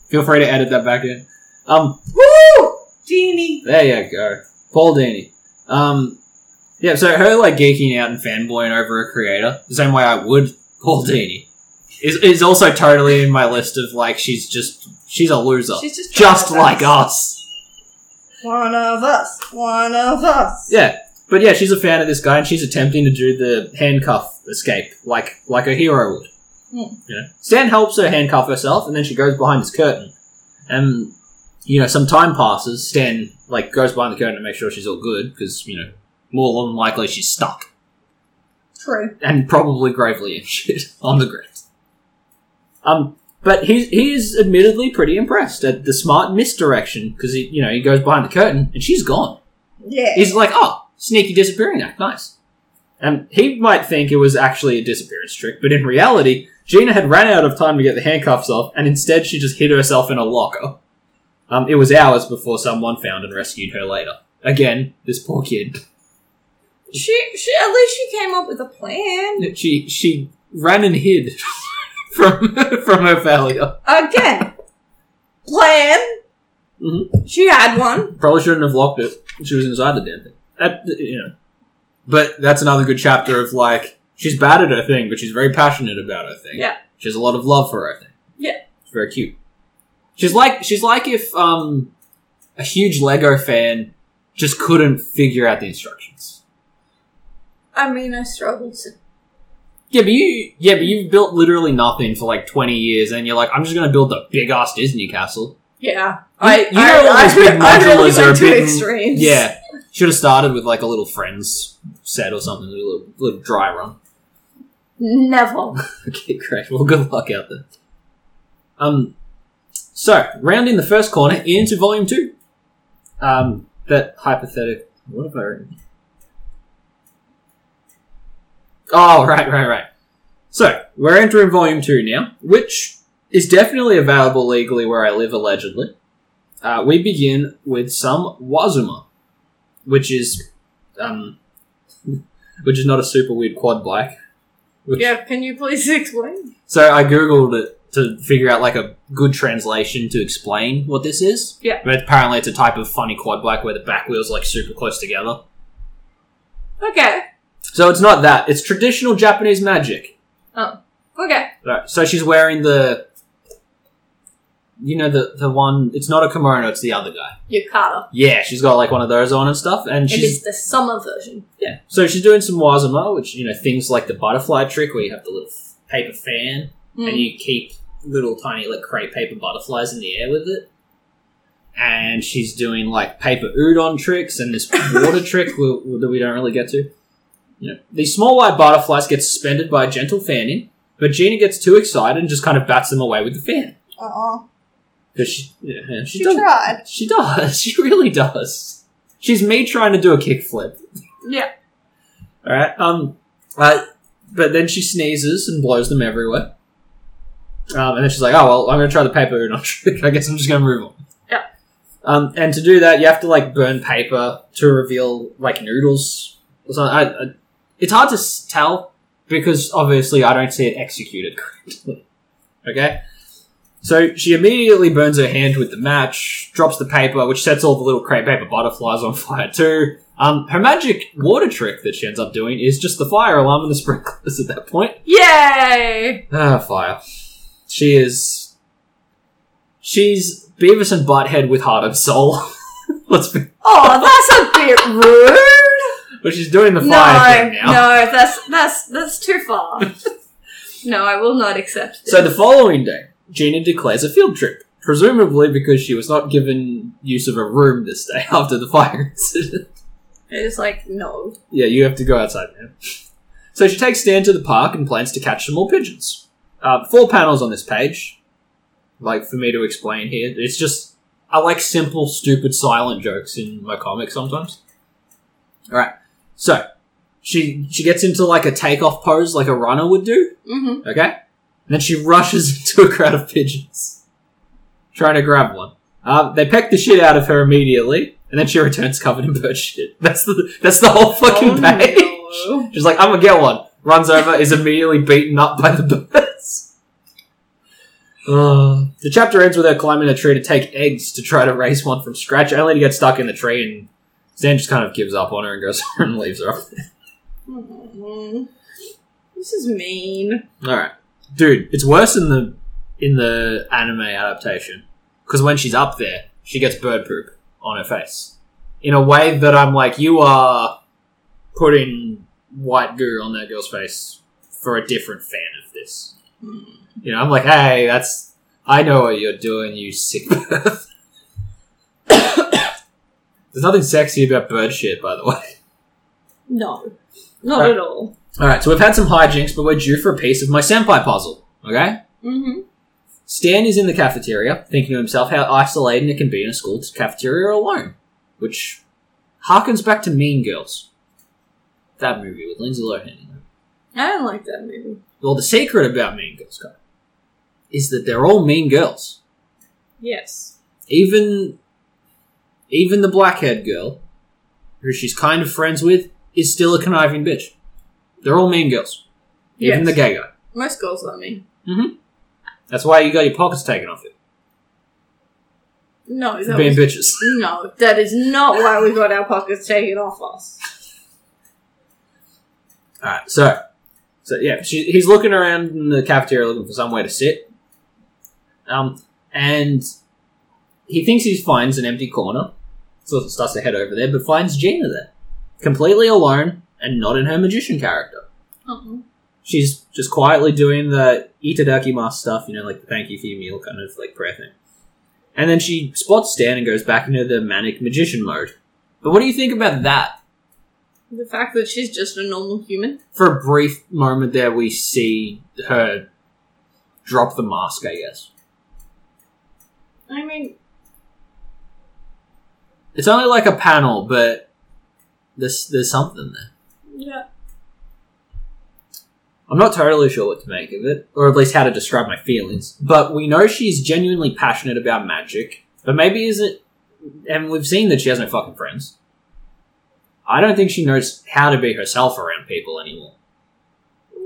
Speaker 2: Feel free to edit that back in. Um,
Speaker 1: Woo! Genie.
Speaker 2: there you go, Paul Dini. Um, yeah. So her like geeking out and fanboying over a creator, the same way I would Paul Dini, is is also totally in my list of like she's just she's a loser,
Speaker 1: She's just
Speaker 2: just
Speaker 1: one of
Speaker 2: like us.
Speaker 1: One of us. One of us.
Speaker 2: Yeah, but yeah, she's a fan of this guy, and she's attempting to do the handcuff escape like like a hero would.
Speaker 1: Hmm.
Speaker 2: You know, Stan helps her handcuff herself, and then she goes behind this curtain, and you know, some time passes. Stan like goes behind the curtain to make sure she's all good because you know, more than likely she's stuck
Speaker 1: True.
Speaker 2: and probably gravely *laughs* injured on the ground. Um, but he he is admittedly pretty impressed at the smart misdirection because he you know he goes behind the curtain and she's gone.
Speaker 1: Yeah.
Speaker 2: He's like, oh, sneaky disappearing act, nice. And he might think it was actually a disappearance trick, but in reality, Gina had ran out of time to get the handcuffs off, and instead she just hid herself in a locker. Um, it was hours before someone found and rescued her later. Again, this poor kid.
Speaker 1: she, she. At least she came up with a plan.
Speaker 2: She she ran and hid *laughs* from *laughs* from her failure.
Speaker 1: Again. plan.
Speaker 2: Mhm.
Speaker 1: She had one.
Speaker 2: Probably shouldn't have locked it. She was inside the damn thing. That, you know. But that's another good chapter of like she's bad at her thing, but she's very passionate about her thing.
Speaker 1: Yeah.
Speaker 2: She has a lot of love for her thing.
Speaker 1: Yeah.
Speaker 2: It's very cute. She's like she's like if um a huge Lego fan just couldn't figure out the instructions.
Speaker 1: I mean, I struggled to.
Speaker 2: Yeah, but you yeah, but you've built literally nothing for like twenty years and you're like, I'm just gonna build the big ass Disney castle.
Speaker 1: Yeah. I.
Speaker 2: you
Speaker 1: I,
Speaker 2: know
Speaker 1: *laughs*
Speaker 2: all
Speaker 1: I,
Speaker 2: those big
Speaker 1: I really
Speaker 2: modulas
Speaker 1: went
Speaker 2: are a
Speaker 1: to
Speaker 2: bit-
Speaker 1: extremes.
Speaker 2: Yeah, should have started with like a little friends set or something, a little, little dry run.
Speaker 1: Never.
Speaker 2: *laughs* Okay, great. Well, good luck out there. Um, so rounding the first corner into volume two. Um, that hypothetical. What have I written? Oh, right, right, right. So we're entering volume two now, which is definitely available legally where I live, allegedly. Uh, we begin with some Wazuma, which is um, which is not a super weird quad bike. Which-
Speaker 3: Yeah, can you please explain?
Speaker 2: So I googled it to figure out like a good translation to explain what this is.
Speaker 3: Yeah.
Speaker 2: But apparently it's a type of funny quad bike where the back wheels are like super close together.
Speaker 3: Okay,
Speaker 2: So it's not that. It's traditional Japanese magic.
Speaker 3: okay.
Speaker 2: Right. So she's wearing the you know the the one it's not a kimono, it's the other guy.
Speaker 3: Yukata.
Speaker 2: Yeah, she's got like one of those on and stuff and
Speaker 3: It
Speaker 2: she's
Speaker 3: is the summer version.
Speaker 2: Yeah. So she's doing some Wazama, which, you know, things like the butterfly trick where you have the little f- paper fan
Speaker 1: Hmm.
Speaker 3: Mm.
Speaker 2: and you keep little tiny, like, crepe paper butterflies in the air with it. And she's doing, like, paper udon tricks and this water trick we- we- that we don't really get to. You know, these small white butterflies get suspended by a gentle fanning, but Gina gets too excited and just kind of bats them away with the fan.
Speaker 1: Oh,
Speaker 2: Because she, yeah, yeah, she,
Speaker 1: she
Speaker 2: does.
Speaker 1: tried.
Speaker 2: She does. *laughs* She really does. She's me trying to do a kickflip.
Speaker 3: Yeah.
Speaker 2: All right. Um. Uh, but then she sneezes and blows them everywhere. Um, and then she's like, "Oh well, I'm going to try the paper udon trick. *laughs* I guess I'm just going to move on."
Speaker 3: Yeah.
Speaker 2: Um, and to do that, you have to like burn paper to reveal like noodles. Or something. I, I, it's hard to s- tell because obviously I don't see it executed *laughs* correctly. okay. So she immediately burns her hand with the match, drops the paper, which sets all the little crepe paper butterflies on *laughs* fire too. Um, her magic water trick that she ends up doing is just the fire alarm and the sprinklers at that point.
Speaker 3: Yay!
Speaker 2: Ah, fire. She is. She's Beavis and Butthead with heart and soul. *laughs* Let's be.
Speaker 3: Oh, that's a bit rude.
Speaker 2: But she's doing the
Speaker 3: No,
Speaker 2: fire thing now.
Speaker 3: no, that's that's that's too
Speaker 2: *laughs*
Speaker 3: far. no, I will not accept this.
Speaker 2: So the following day, Gina declares a field trip, presumably because she was not given use of a room this day *laughs* after the fire incident.
Speaker 3: it's like no.
Speaker 2: Yeah, you have to go outside, man. *laughs* So she takes Stan to the park and plans to catch some more pigeons. Uh, four panels on this page. Like, for me to explain here. It's just, I like simple, stupid, silent jokes in my comics sometimes. Alright, so, she, she gets into like a takeoff pose like a runner would do,
Speaker 3: Mm-hmm.
Speaker 2: okay? And then she rushes *laughs* into a crowd of pigeons, trying to grab one. Um, they peck the shit out of her immediately, and then she returns covered in bird shit. *laughs* That's the, that's the whole
Speaker 1: Oh,
Speaker 2: fucking page. She's like, I'm gonna get one. Runs over, is immediately beaten up by the birds. *laughs* Uh, the chapter ends with her climbing a tree to take eggs to try to raise one from scratch, only to get stuck in the tree, and Stan just kind of gives up on her and goes *laughs* and leaves her.
Speaker 3: Mm-hmm. This is mean.
Speaker 2: All right, dude, it's worse in the in the anime adaptation because when she's up there, she gets bird poop on her face in a way that I'm like, you are putting white goo on that girl's face for a different fan of this.
Speaker 3: Mm.
Speaker 2: You know, I'm like, hey, that's I know what you're doing, you sick *laughs* bird. There's nothing sexy about bird shit, by the way.
Speaker 3: No, not
Speaker 2: Right.
Speaker 3: at all.
Speaker 2: All right, so we've had some hijinks, but we're due for a piece of my senpai puzzle. Okay.
Speaker 3: Mm-hmm.
Speaker 2: Stan is in the cafeteria, thinking to himself how isolating it can be in a school cafeteria alone, which harkens back to Mean Girls. That movie with Lindsay Lohan. in it.
Speaker 3: I don't like that movie.
Speaker 2: Well, the secret about Mean Girls Connor, is that they're all mean girls.
Speaker 3: Yes.
Speaker 2: Even, even the blackhead girl, who she's kind of friends with, is still a conniving bitch. They're all mean girls. Even
Speaker 3: Yes.
Speaker 2: the gay guy.
Speaker 3: Most girls are mean.
Speaker 2: That's why you got your pockets taken off it.
Speaker 3: No,
Speaker 2: For
Speaker 3: that
Speaker 2: being
Speaker 3: was,
Speaker 2: bitches.
Speaker 3: *laughs* no, that is not why we got our pockets taken off us.
Speaker 2: All right, so, so yeah, she, he's looking around in the cafeteria looking for somewhere to sit. Um, and he thinks he finds an empty corner, so he starts to head over there, but finds Gina there, completely alone and not in her magician character.
Speaker 3: Uh-uh.
Speaker 2: She's just quietly doing the itadakimasu stuff, you know, like the thank you for your meal kind of like prayer thing. And then she spots Stan and goes back into the manic magician mode. But what do you think about that?
Speaker 3: The fact that she's just a normal human.
Speaker 2: for a brief moment there, we see her drop the mask, I guess.
Speaker 3: I mean,
Speaker 2: It's only like a panel, but there's, there's something there.
Speaker 3: yeah.
Speaker 2: I'm not totally sure what to make of it, or at least how to describe my feelings, but we know she's genuinely passionate about magic, but maybe isn't. And we've seen that she has no fucking friends. I don't think she knows how to be herself around people anymore.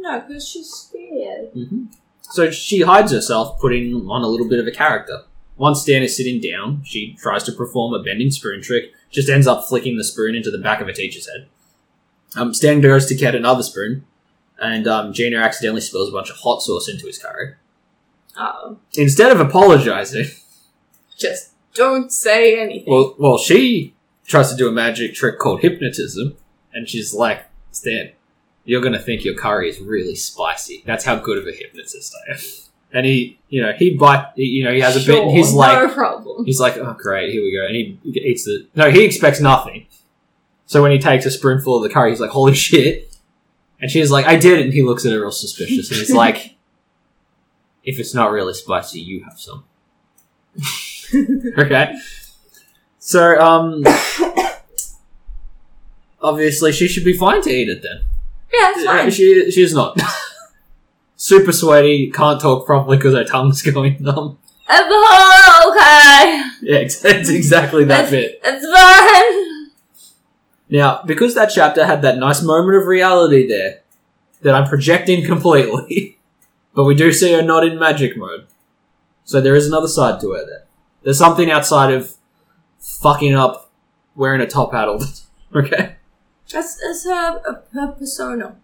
Speaker 1: No, because she's scared.
Speaker 2: hmm So she hides herself, putting on a little bit of a character. Once Dan is sitting down, she tries to perform a bending spoon trick, just ends up flicking the spoon into the back of a teacher's head. Um, Stan goes to get another spoon, and um, Gina accidentally spills a bunch of hot sauce into his curry.
Speaker 3: Oh,
Speaker 2: Instead of apologizing,
Speaker 3: just don't say anything.
Speaker 2: Well, well, she tries to do a magic trick called hypnotism, and she's like, "Stan, you're gonna think your curry is really spicy. That's how good of a hypnotist I am." And he, you know, he bite, he- you know, he has a bit, and
Speaker 3: Sure,
Speaker 2: he's like,
Speaker 3: no problem.
Speaker 2: he's like, "Oh, great, here we go." And he eats the. No, he expects nothing. So when he takes a spoonful of the curry, he's like, "Holy shit!" And she's like, "I did it." And he looks at her real suspicious, and he's like, "If it's not really spicy, you have some." okay. So, um, obviously, she should be fine to eat it then.
Speaker 3: Yeah, it's
Speaker 2: Uh,
Speaker 3: fine.
Speaker 2: She she's not. Super sweaty, can't talk properly because her tongue's *laughs* going numb.
Speaker 3: It's all okay.
Speaker 2: Yeah, ex- it's exactly that bit.
Speaker 3: It's fine.
Speaker 2: Now, because that chapter had that nice moment of reality there, that I'm projecting *laughs* completely, but we do see her not in magic mode. So there is another side to her there. There's something outside of fucking up wearing a top hat all the *laughs* time. Okay?
Speaker 3: That's, that's her, uh, her persona.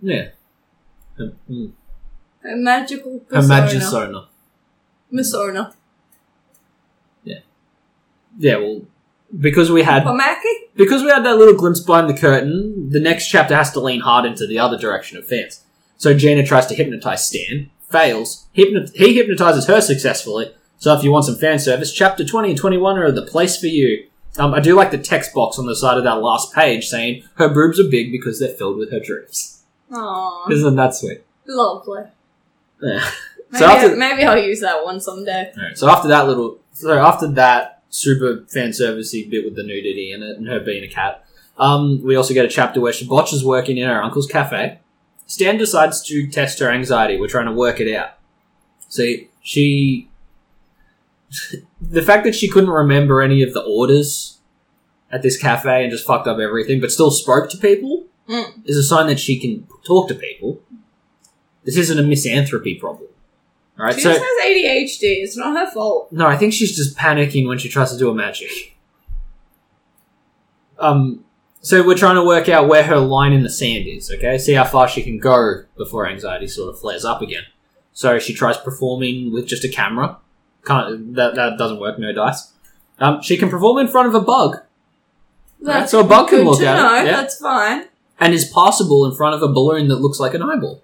Speaker 2: Yeah. Um, mm.
Speaker 3: Her magical
Speaker 2: Her
Speaker 3: persona.
Speaker 2: Magisona.
Speaker 3: Persona.
Speaker 2: Yeah, well, because we had
Speaker 3: Pomaki?
Speaker 2: because we had that little glimpse behind the curtain, the next chapter has to lean hard into the other direction of fans. So Jaina tries to hypnotize Stan, fails. Hypno- he hypnotizes her successfully. So if you want some fan service, chapter 20 and 21 are the place for you. Um, I do like the text box on the side of that last page saying her boobs are big because they're filled with her dreams.
Speaker 3: Aww.
Speaker 2: Isn't that sweet?
Speaker 3: Lovely.
Speaker 2: Yeah.
Speaker 3: Maybe,
Speaker 2: So after-
Speaker 3: maybe I'll use that one someday.
Speaker 2: Alright, so after that little, so after that super fan servicey bit with the nudity in it and her being a cat, um, we also get a chapter where she botches working in her uncle's cafe. Stan decides to test her anxiety. We're trying to work it out. See, she, *laughs* the fact that she couldn't remember any of the orders at this cafe and just fucked up everything, but still spoke to people,
Speaker 3: Mm.
Speaker 2: is a sign that she can talk to people. This isn't a misanthropy problem. All right,
Speaker 3: she
Speaker 2: so
Speaker 3: just has ADHD. It's not her fault.
Speaker 2: no, I think she's just panicking when she tries to do a magic. Um, so we're trying to work out where her line in the sand is, okay? See how far she can go before anxiety sort of flares up again. So she tries performing with just a camera. Can't that that doesn't work? No dice. Um, she can perform in front of a bug Alright, so a bug can
Speaker 3: good
Speaker 2: look
Speaker 3: to
Speaker 2: at it,
Speaker 3: know.
Speaker 2: yeah.
Speaker 3: That's fine.
Speaker 2: and is passable in front of a balloon that looks like an eyeball.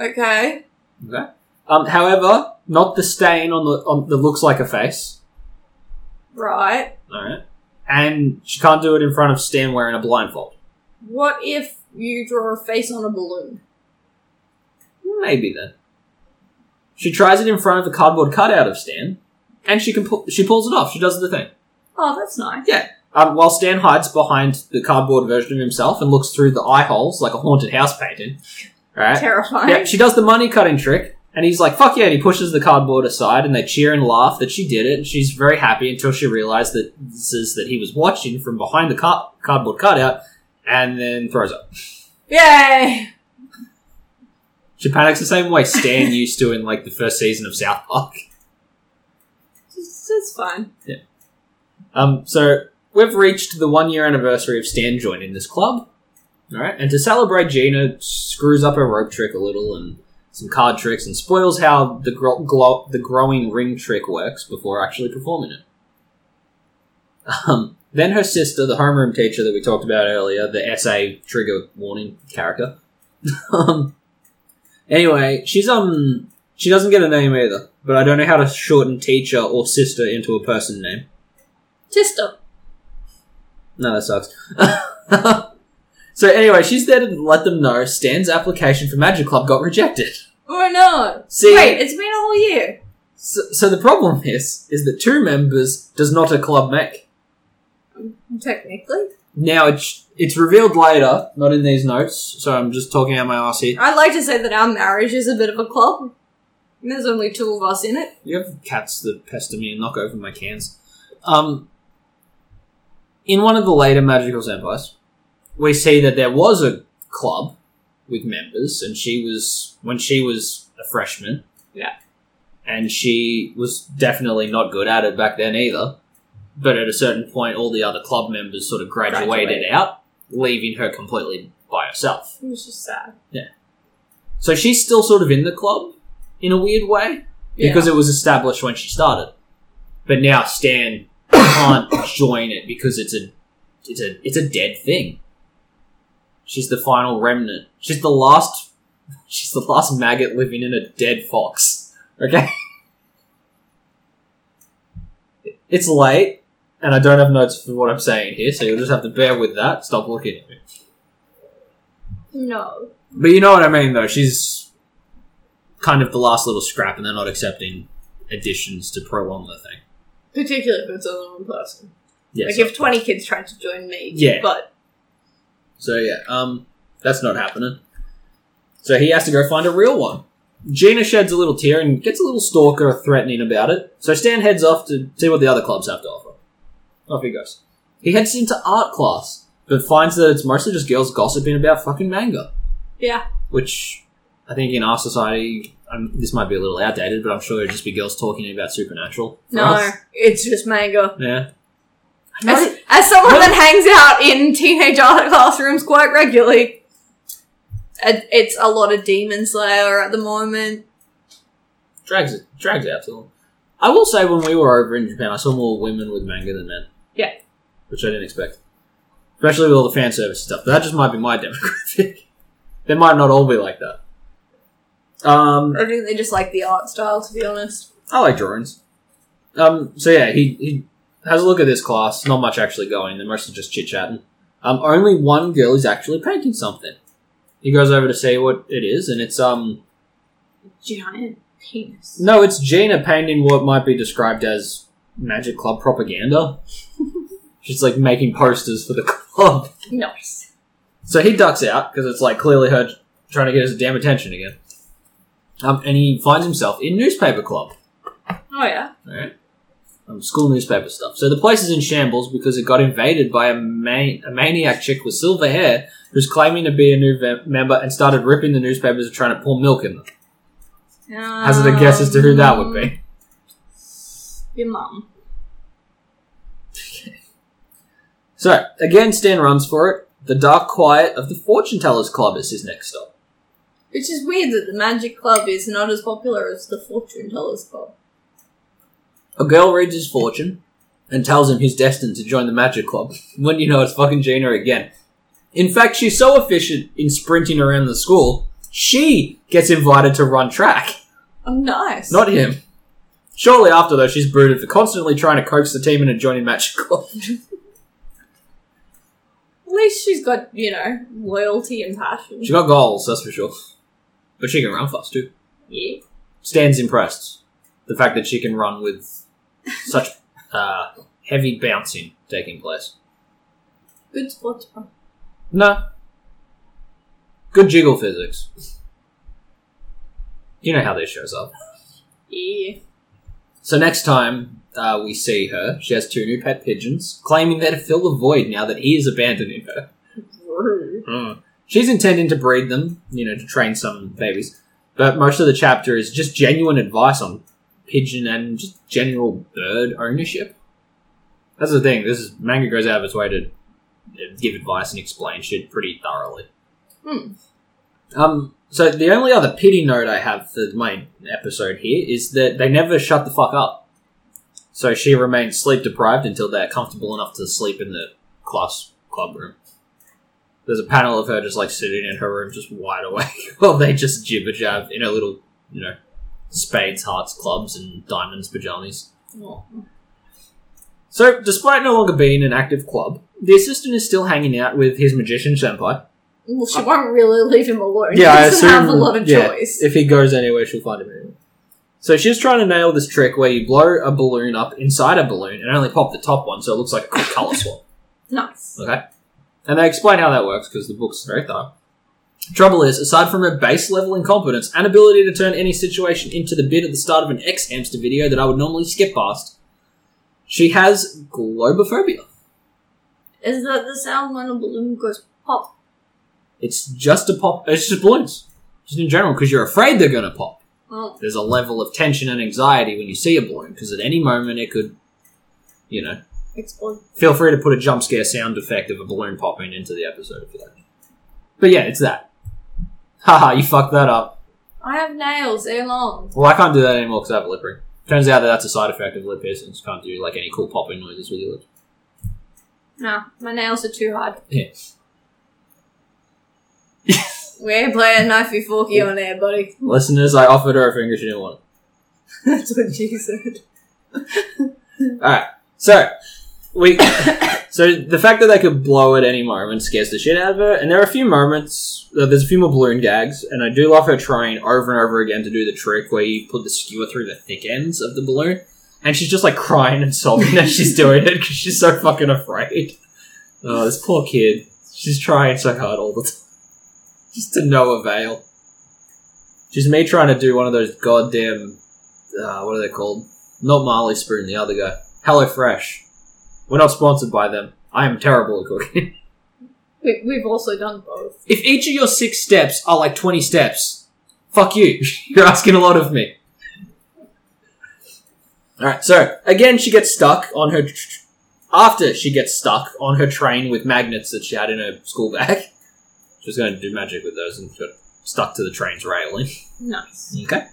Speaker 3: Okay.
Speaker 2: Okay. Um, however, not the stain on the on that looks like a face.
Speaker 3: Right.
Speaker 2: All right, and she can't do it in front of Stan wearing a blindfold.
Speaker 3: What if you draw a face on a balloon?
Speaker 2: Maybe then. She tries it in front of a cardboard cutout of Stan, and she can pull, she pulls it off. She does the thing.
Speaker 3: Oh, that's nice.
Speaker 2: Um, while Stan hides behind the cardboard version of himself and looks through the eye holes like a haunted house painting. Right?
Speaker 3: Terrifying.
Speaker 2: Yeah, she does the money cutting trick, and he's like, fuck yeah, and he pushes the cardboard aside, and they cheer and laugh that she did it, and she's very happy until she realizes that this is that he was watching from behind the car- cardboard cutout, and then throws up.
Speaker 3: Yay!
Speaker 2: She panics the same way Stan *laughs* used to in like the first season of South Park.
Speaker 3: It's, it's fine.
Speaker 2: Um, so we've reached the one year anniversary of Stan joining this club. All right, and to celebrate, Gina screws up her rope trick a little and some card tricks and spoils how the gro- glo- the growing ring trick works before actually performing it. Um, then her sister, the homeroom teacher that we talked about earlier, the SA trigger warning character. *laughs* um, anyway, she's um she doesn't get a name either, but I don't know how to shorten teacher or sister into a person name.
Speaker 3: Tista.
Speaker 2: No, that sucks. *laughs* so anyway, she's there to let them know Stan's application for Magic Club got rejected.
Speaker 3: Oh no.
Speaker 2: See-
Speaker 3: Wait, it's been a whole year.
Speaker 2: So, so the problem is, is that two members does not a club make.
Speaker 3: Technically.
Speaker 2: Now it's it's revealed later, not in these notes. So I'm just talking out my ass here.
Speaker 3: I'd like to say that our marriage is a bit of a club. There's only two of us in it.
Speaker 2: You have cats that pester me and knock over my cans. Um, in one of the later magical senpais, we see that there was a club with members, and she was when she was a freshman.
Speaker 3: Yeah.
Speaker 2: and she was definitely not good at it back then either. But at a certain point, all the other club members sort of graduated,
Speaker 3: Graduated.
Speaker 2: out, leaving her completely by herself.
Speaker 3: It was just sad.
Speaker 2: So she's still sort of in the club in a weird way because it was established when she started. But now Stan *coughs* can't join it because it's a it's a it's a dead thing. She's the final remnant. She's the last *laughs* she's the last maggot living in a dead fox. Okay? *laughs* It's late, and I don't have notes for what I'm saying here, so you'll just have to bear with that. Stop looking at me.
Speaker 3: no.
Speaker 2: But you know what I mean, though. She's kind of the last little scrap, and they're not accepting additions to prolong the thing.
Speaker 3: Particularly if it's only one person.
Speaker 2: Yes.
Speaker 3: like if twenty kids tried to join me.
Speaker 2: Yeah.
Speaker 3: But
Speaker 2: so yeah, um, that's not happening. So he has to go find a real one. Gina sheds a little tear and gets a little stalker threatening about it. So Stan heads off to see what the other clubs have to offer. Off he goes. He heads into art class, but finds that it's mostly just girls gossiping about fucking manga.
Speaker 3: yeah.
Speaker 2: which I think in our society, um, this might be a little outdated, but I'm sure it'd just be girls talking about supernatural. for
Speaker 3: No.
Speaker 2: us.
Speaker 3: It's just mango.
Speaker 2: Yeah.
Speaker 3: As, as someone that hangs out in teenage art classrooms quite regularly, it, it's a lot of Demon Slayer at the moment.
Speaker 2: drags it drags out to them. I will say, when we were over in Japan, I saw more women with manga than men.
Speaker 3: Yeah.
Speaker 2: Which I didn't expect. Especially with all the fan service stuff. But that just might be my *laughs* demographic. they might not all be like that. Um,
Speaker 3: I think they just like the art style, to be honest.
Speaker 2: I like drawings. Um, so yeah, he, he has a look at this class. Not much actually going. They're mostly just chit chatting. Um, only one girl is actually painting something. He goes over to say what it is, and it's um
Speaker 3: Giant penis.
Speaker 2: no, it's Gina painting what might be described as magic club propaganda. *laughs* She's like making posters for the club.
Speaker 3: Nice.
Speaker 2: So he ducks out because it's like clearly her trying to get his damn attention again. Um, and he finds himself in newspaper club.
Speaker 3: Oh yeah.
Speaker 2: Alright. Um, school newspaper stuff. So the place is in shambles because it got invaded by a, man- a maniac chick with silver hair who's claiming to be a new ve- member and started ripping the newspapers and trying to pour milk in them. Hazard a guess as to who that would be.
Speaker 3: Um, Your mum.
Speaker 2: So, again, Stan runs for it. The dark quiet of the fortune tellers club is his next stop.
Speaker 3: Which is weird that the Magic Club is not as popular as the Fortune Tellers Club.
Speaker 2: A girl reads his fortune and tells him he's destined to join the magic club. *laughs* Wouldn't you know, it's fucking Gina again. In fact, she's so efficient in sprinting around the school, she gets invited to run track.
Speaker 3: Oh, nice.
Speaker 2: Not him. Shortly after, though, she's booted for constantly trying to coax the team into joining Magic Club.
Speaker 3: At least she's got, you know, loyalty and passion.
Speaker 2: *laughs* she got goals, that's for sure. But she can run fast, too.
Speaker 3: Yeah.
Speaker 2: Stan's impressed. The fact that she can run with such *laughs* uh, heavy bouncing taking place.
Speaker 3: Good spot. to-
Speaker 2: No. Good jiggle physics. You know how this shows up.
Speaker 3: Yeah.
Speaker 2: So next time uh, we see her, she has two new pet pigeons, claiming they're to fill the void now that he is abandoning her.
Speaker 3: Rude.
Speaker 2: Hmm. She's intending to breed them, you know, to train some babies. But most of the chapter is just genuine advice on pigeon and just general bird ownership. That's the thing. This is manga goes out of its way to uh, give advice and explain shit pretty thoroughly.
Speaker 3: Hmm.
Speaker 2: Um. So the only other pity note I have for my episode here is that they never shut the fuck up. So she remains sleep deprived until they're comfortable enough to sleep in the class club room. There's a panel of her just like sitting in her room, just wide awake, *laughs* while they just jibber jab in her little, you know, spades, hearts, clubs, and diamonds pajamas.
Speaker 3: Oh.
Speaker 2: So, despite no longer being an active club, the assistant is still hanging out with his magician senpai.
Speaker 3: Well, she won't really leave him alone.
Speaker 2: Yeah, I
Speaker 3: he doesn't have a
Speaker 2: assume-
Speaker 3: lot of
Speaker 2: yeah.
Speaker 3: choice.
Speaker 2: If he goes anywhere, she'll find him anywhere. So she's trying to nail this trick where you blow a balloon up inside a balloon and only pop the top one, so it looks like a quick color swap.
Speaker 3: Nice.
Speaker 2: Okay. And they explain how that works because the book's very thorough. Trouble is, aside from her base level incompetence and ability to turn any situation into the bit at the start of an X hamster video that I would normally skip past, she has globophobia.
Speaker 3: Is that the sound when a balloon goes pop?
Speaker 2: It's just a pop. It's just balloons. Just in general, because you're afraid they're going to pop.
Speaker 3: Well,
Speaker 2: There's a level of tension and anxiety when you see a balloon, because at any moment it could, you know.
Speaker 3: explode.
Speaker 2: Feel free to put a jump scare sound effect of a balloon popping into the episode if you like. But yeah, it's that. Haha, you fucked that up.
Speaker 3: I have nails. They're long.
Speaker 2: Well, I can't do that anymore because I have a lip ring. Turns out that that's a side effect of lip piercings. Can't do like any cool popping noises with your lips.
Speaker 3: No, my nails are too hard.
Speaker 2: Yeah.
Speaker 3: We ain't playing knifey forky on air, buddy. *laughs*
Speaker 2: Listeners, I offered her a finger. She didn't want
Speaker 3: That's what she said.
Speaker 2: it. All right, so we. *coughs* so the fact that they could blow at any moment scares the shit out of her. And there are a few moments. Uh, there's a few more balloon gags, and I do love her trying over and over again to do the trick where you put the skewer through the thick ends of the balloon, and she's just like crying and sobbing *laughs* as she's doing it because she's so fucking afraid. Oh, this poor kid. She's trying so hard all the time. Just to no avail. She's me trying to do one of those goddamn. Uh, what are they called? Not Marley Spoon, the other guy. Hello Fresh. We're not sponsored by them. I am terrible at cooking. *laughs*
Speaker 3: We, we've also done both.
Speaker 2: if each of your six steps are like 20 steps, fuck you. *laughs* You're asking a lot of me. Alright, so again, she gets stuck on her. Tr- tr- after she gets stuck on her train with magnets that she had in her school bag, *laughs* she was going to do magic with those and got stuck to the train's railing.
Speaker 3: Nice.
Speaker 2: Okay.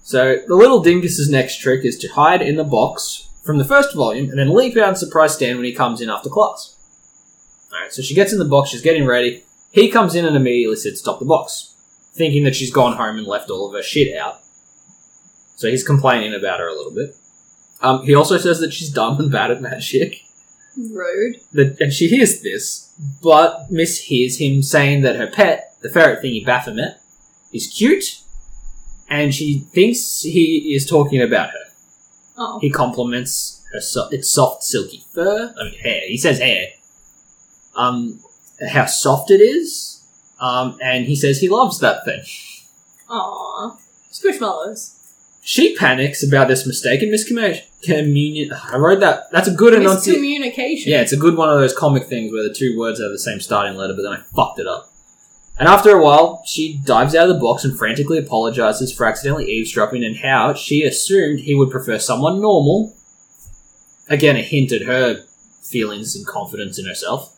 Speaker 2: So the little dingus's next trick is to hide in the box from the first volume and then leap out and surprise Stan when he comes in after class. Alright, so she gets in the box, she's getting ready. He comes in and immediately said, Stop the box, thinking that she's gone home and left all of her shit out. So he's complaining about her a little bit. Um, he also says that she's dumb and bad at magic
Speaker 3: Rude.
Speaker 2: that, and she hears this, but mishears him saying that her pet, the ferret thingy Baphomet, is cute, and she thinks he is talking about her.
Speaker 3: Oh.
Speaker 2: He compliments her so- its soft, silky fur. I mean, hair. He says hair. Um, how soft it is, um, and he says he loves that thing.
Speaker 3: Aw. Squishmallows.
Speaker 2: She panics about this mistake and miscommunication. I wrote that. That's a good enunciation.
Speaker 3: Miscommunication.
Speaker 2: Yeah, it's a good one of those comic things where the two words have the same starting letter, but then I fucked it up. And after a while, she dives out of the box and frantically apologizes for accidentally eavesdropping and how she assumed he would prefer someone normal. Again, a hint at her feelings and confidence in herself.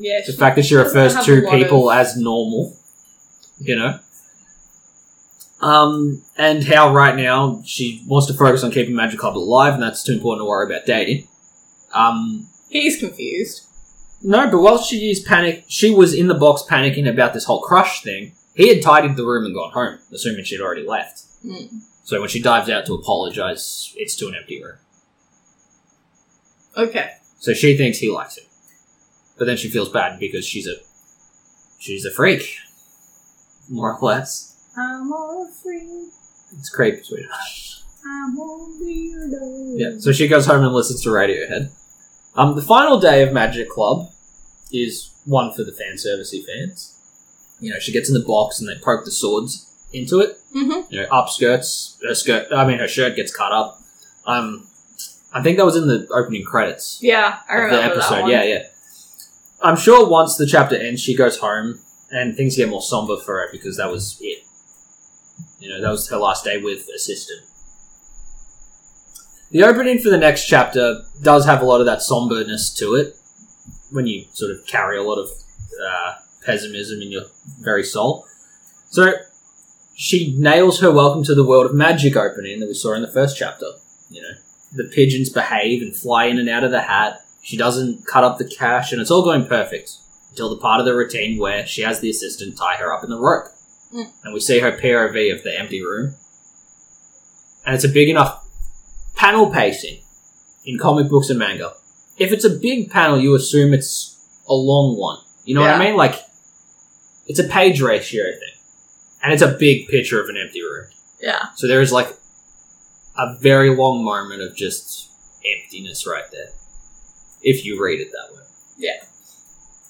Speaker 3: Yeah,
Speaker 2: The fact that she refers
Speaker 3: Doesn't have
Speaker 2: to
Speaker 3: a lot
Speaker 2: people
Speaker 3: of-
Speaker 2: as normal, you know. Um, and how right now she wants to focus on keeping Magic Club alive, and that's too important to worry about dating. Um,
Speaker 3: he's confused.
Speaker 2: no, but while she used panic, she was in the box panicking about this whole crush thing. He had tidied the room and gone home, assuming she'd already left.
Speaker 3: Mm.
Speaker 2: So when she dives out to apologize, it's to an empty room.
Speaker 3: Okay.
Speaker 2: So she thinks he likes it, but then she feels bad because she's a she's a freak, more or less.
Speaker 3: I'm all free.
Speaker 2: It's creepy, sweetheart.
Speaker 3: I'm all
Speaker 1: Hmm.
Speaker 3: weirdo.
Speaker 2: Yeah. So she goes home and listens to Radiohead. Um, the final day of Magic Club is one for the fan servicey fans. You know, she gets in the box and they poke the swords into it.
Speaker 3: Mm-hmm.
Speaker 2: you know, upskirts. Her skirt, I mean, her shirt gets cut up. Um, I think that was in the opening credits
Speaker 3: Yeah, I
Speaker 2: of the
Speaker 3: remember
Speaker 2: episode.
Speaker 3: that one.
Speaker 2: Yeah, yeah. I'm sure once the chapter ends, she goes home and things get more somber for her because that was it. You know, that was her last day with assistant. The opening for the next chapter does have a lot of that somberness to it when you sort of carry a lot of uh, pessimism in your very soul. So she nails her welcome to the world of magic opening that we saw in the first chapter. You know, the pigeons behave and fly in and out of the hat. She doesn't cut up the cash, and it's all going perfect until the part of the routine where she has the assistant tie her up in the rope,
Speaker 3: Mm.
Speaker 2: and we see her POV of the empty room. And it's a big enough panel pacing in comic books and manga. If it's a big panel, you assume it's a long one. You know what I
Speaker 3: Yeah.
Speaker 2: mean? Like, it's a page ratio thing and it's a big picture of an empty room.
Speaker 3: Yeah.
Speaker 2: So there is like a very long moment of just emptiness right there, if you read it that way.
Speaker 3: Yeah.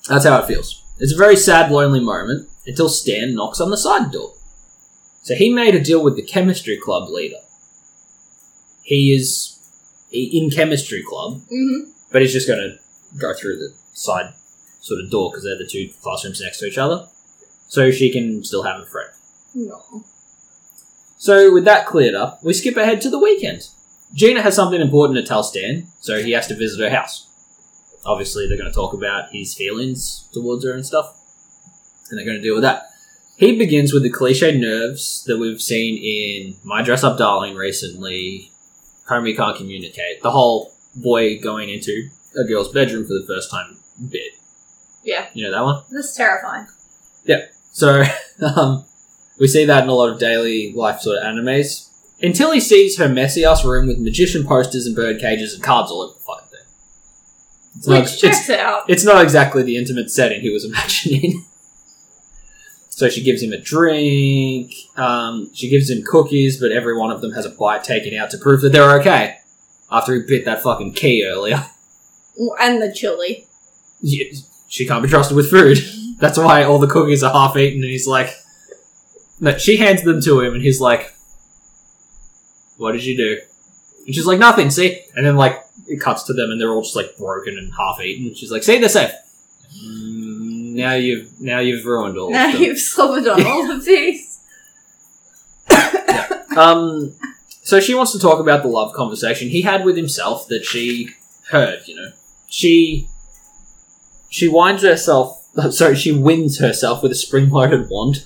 Speaker 2: that's how it feels. It's a very sad, lonely moment until Stan knocks on the side door. So he made a deal with the chemistry club leader. He is i- in chemistry club,
Speaker 3: Mm-hmm.
Speaker 2: but he's just going to go through the side sort of door because they're the two classrooms next to each other. So she can still have a friend.
Speaker 3: No.
Speaker 2: So with that cleared up, we skip ahead to the weekend. Gina has something important to tell Stan, so he has to visit her house. Obviously, they're going to talk about his feelings towards her and stuff, and they're going to deal with that. He begins with the cliche nerves that we've seen in My Dress Up Darling recently, Homie Can't Communicate, the whole boy going into a girl's bedroom for the first time bit.
Speaker 3: Yeah.
Speaker 2: You know that one?
Speaker 3: That's terrifying.
Speaker 2: So *laughs* um, we see that in a lot of daily life sort of animes. Until he sees her messy ass room with magician posters and bird cages and cards all over the fucking thing. It's not,
Speaker 3: Which
Speaker 1: *laughs*
Speaker 2: it's,
Speaker 3: checks out.
Speaker 2: it's not exactly the intimate setting he was *laughs* imagining. so she gives him a drink. Um, she gives him cookies, but every one of them has a bite taken out to prove that they're okay. After he bit that fucking key earlier,
Speaker 3: And the chili.
Speaker 2: she can't be trusted with food. That's why all the cookies are half eaten, and he's like, no, she hands them to him, and he's like, "What did you do?" And she's like, "Nothing." See, and then like it cuts to them, and they're all just like broken and half eaten. She's like, "See, they're safe." Mm, now you've now you've
Speaker 1: *laughs*
Speaker 2: ruined all.
Speaker 3: Now
Speaker 2: of them.
Speaker 3: you've slobbered on all *laughs* of these.
Speaker 2: Um, so she wants to talk about the love conversation he had with himself that she heard. You know, she she winds herself. *laughs* Sorry, she winds herself with a spring-loaded wand.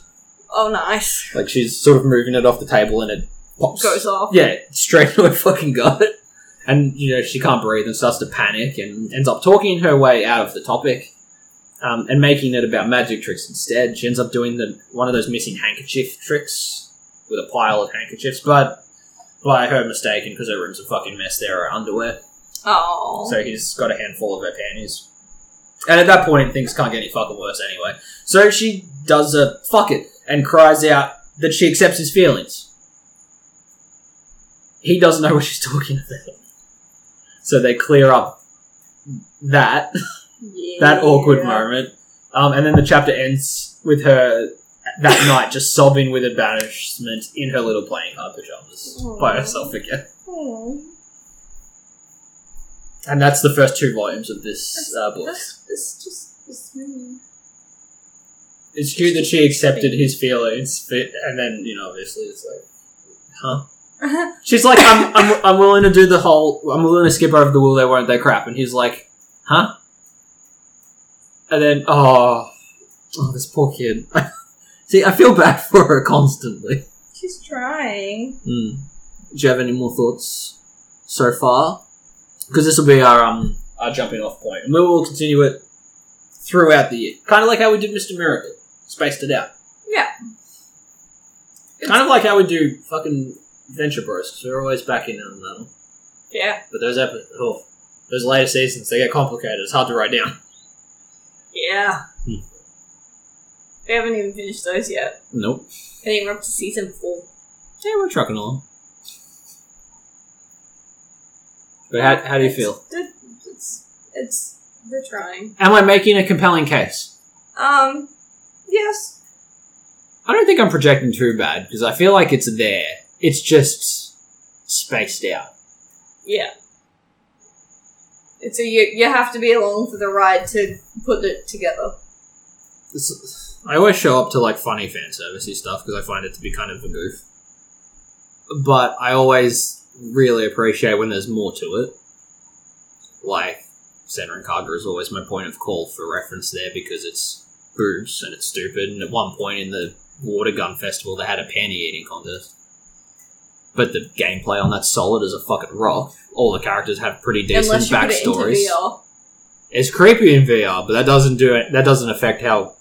Speaker 3: Oh, nice.
Speaker 2: Like she's sort of moving it off the table, and it pops.
Speaker 3: Goes off.
Speaker 2: Yeah, straight *laughs* to her fucking gut. And, you know, she can't breathe and starts to panic and ends up talking her way out of the topic um, and making it about magic tricks instead. She ends up doing the one of those missing handkerchief tricks with a pile of handkerchiefs, but by her mistake and because her room's a fucking mess, there are underwear.
Speaker 3: Oh.
Speaker 2: So he's got a handful of her panties. And at that point, things can't get any fucking worse anyway. So she does a fuck it and cries out that she accepts his feelings. He doesn't know what she's talking about. So they clear up that
Speaker 3: yeah.
Speaker 2: that awkward moment. Um, and then the chapter ends with her that night just sobbing with embarrassment in her little playing card pajamas by
Speaker 3: Aw.
Speaker 2: herself again.
Speaker 3: Oh,
Speaker 2: And that's the first two volumes of this uh, book.
Speaker 3: that's, that's just. It's really...
Speaker 2: It's true that she accepted his feelings, but, and then you know, obviously, it's like, huh?
Speaker 3: Uh-huh.
Speaker 2: She's like, I'm, I'm, I'm willing to do the whole, I'm willing to skip over the will they won't they crap, and he's like, huh? And then, oh, oh this poor kid. *laughs* See, I feel bad for her constantly.
Speaker 1: She's trying.
Speaker 2: Hmm. Do you have any more thoughts so far? Because this will be our um our jumping off point, and we will continue it throughout the year, kind of like how we did Mister Miracle, spaced it out.
Speaker 3: Yeah.
Speaker 2: Kind of like how we do fucking Venture Bros. 'cause we're always back in on that one.
Speaker 3: Yeah.
Speaker 2: But those episodes, oh, those later seasons, they get complicated. It's hard to write down.
Speaker 3: Yeah.
Speaker 2: Hmm.
Speaker 3: We haven't even finished those yet.
Speaker 2: Nope.
Speaker 3: I think we're up to season four.
Speaker 2: Yeah, we're trucking along. But how, how do you
Speaker 3: It's-
Speaker 2: feel?
Speaker 3: it- It's, it's, they're trying.
Speaker 2: Am I making a compelling case?
Speaker 3: Um, yes.
Speaker 2: I don't think I'm projecting too bad because I feel like it's there. It's just spaced out.
Speaker 3: Yeah. It's a, you, you have to be along for the ride to put it together.
Speaker 2: It's- I always show up to like funny fan servicey stuff because I find it to be kind of a goof. But I always really appreciate when there's more to it. Like Senran Kaga is always my point of call for reference there because it's boobs and it's stupid. And at one point in the Water Gun Festival, they had a panty eating contest. But the gameplay on that's solid as a fucking rock. All the characters have pretty decent
Speaker 3: Unless you put it into
Speaker 2: backstories.
Speaker 3: VR.
Speaker 2: It's creepy in VR, but that doesn't do it. That doesn't affect how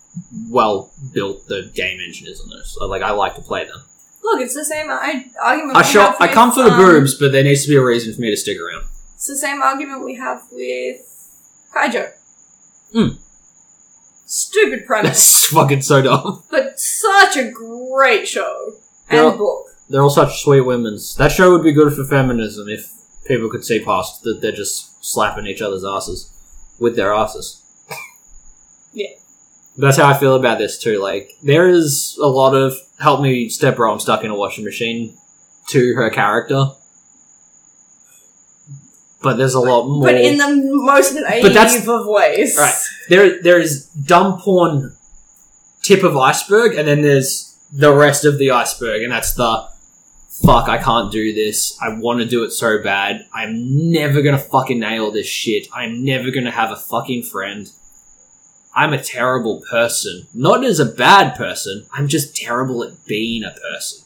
Speaker 2: well built the game engine is on those. So, Like I like to play them.
Speaker 3: Look, it's the same I, argument.
Speaker 2: I
Speaker 3: we
Speaker 2: show,
Speaker 3: have
Speaker 2: I
Speaker 3: with,
Speaker 2: come for the
Speaker 3: um,
Speaker 2: boobs, but there needs to be a reason for me to stick around. *laughs*
Speaker 3: It's the same argument we have with Kaijo.
Speaker 2: Hmm.
Speaker 3: Stupid
Speaker 2: *laughs*
Speaker 3: premise,
Speaker 2: That's fucking so dumb.
Speaker 3: but such a great show
Speaker 2: Yeah.
Speaker 3: and book.
Speaker 2: They're all such sweet women's. That show would be good for feminism if people could see past that they're just slapping each other's asses with
Speaker 4: *laughs*
Speaker 2: their asses.
Speaker 3: Yeah.
Speaker 2: That's how I feel about this too. Like there is a lot of help me step bro, I'm stuck in a washing machine to her character. but there's a lot more.
Speaker 4: But in the most naive
Speaker 2: But that's-
Speaker 4: of ways.
Speaker 2: Right. there there is dumb porn tip of iceberg and then there's the rest of the iceberg and that's the fuck I can't do this. I want to do it so bad. I'm never going to fucking nail this shit. I'm never going to have a fucking friend. I'm a terrible person. Not as a bad person. I'm just terrible at being a person.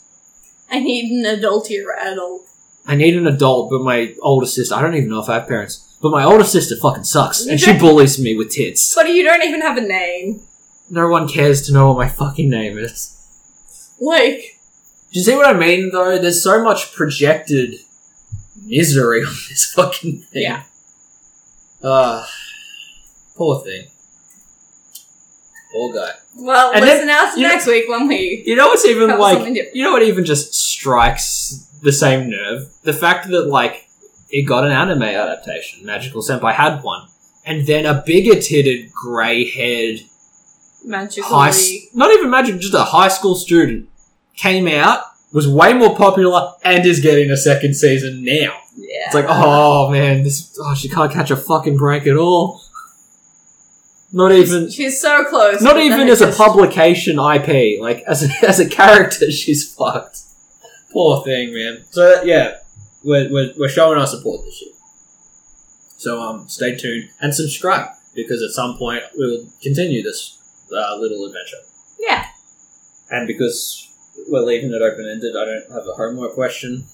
Speaker 3: I need an adultier adult.
Speaker 2: I need an adult, but my older sister, I don't even know if I have parents, but my older sister fucking sucks and she bullies me with tits.
Speaker 3: But you don't even have a name.
Speaker 2: No one cares to know what my fucking name is.
Speaker 3: Like,
Speaker 2: Do you see what I mean, though? There's so much projected misery *laughs* on this fucking thing.
Speaker 3: Yeah.
Speaker 2: Ah, poor thing. Poor guy.
Speaker 3: well,
Speaker 2: And
Speaker 3: listen out to
Speaker 2: you know-
Speaker 3: next week when we.
Speaker 2: You know what's even
Speaker 3: That was
Speaker 2: like?
Speaker 3: something different.
Speaker 2: You know what even just strikes the same nerve? The fact that like it got an anime adaptation. Magical Senpai had one, and then a bigotted, grey-haired
Speaker 3: Magically.
Speaker 2: high, s- not even magic, just a high school student came out, was way more popular, and is getting a second season now.
Speaker 3: yeah.
Speaker 2: It's like, oh man, this oh she can't catch a fucking break at all. Not even,
Speaker 3: She's so close.
Speaker 2: not
Speaker 3: but
Speaker 2: even
Speaker 3: then
Speaker 2: as a
Speaker 3: it's
Speaker 2: publication IP. Like as a, as a character, *laughs* she's fucked. Poor thing, man. So uh, yeah, we're, we're, we're showing our support this year. So um, stay tuned and subscribe because at some point we will continue this uh, little adventure.
Speaker 3: Yeah.
Speaker 2: And because we're leaving it open ended, I don't have a homework question.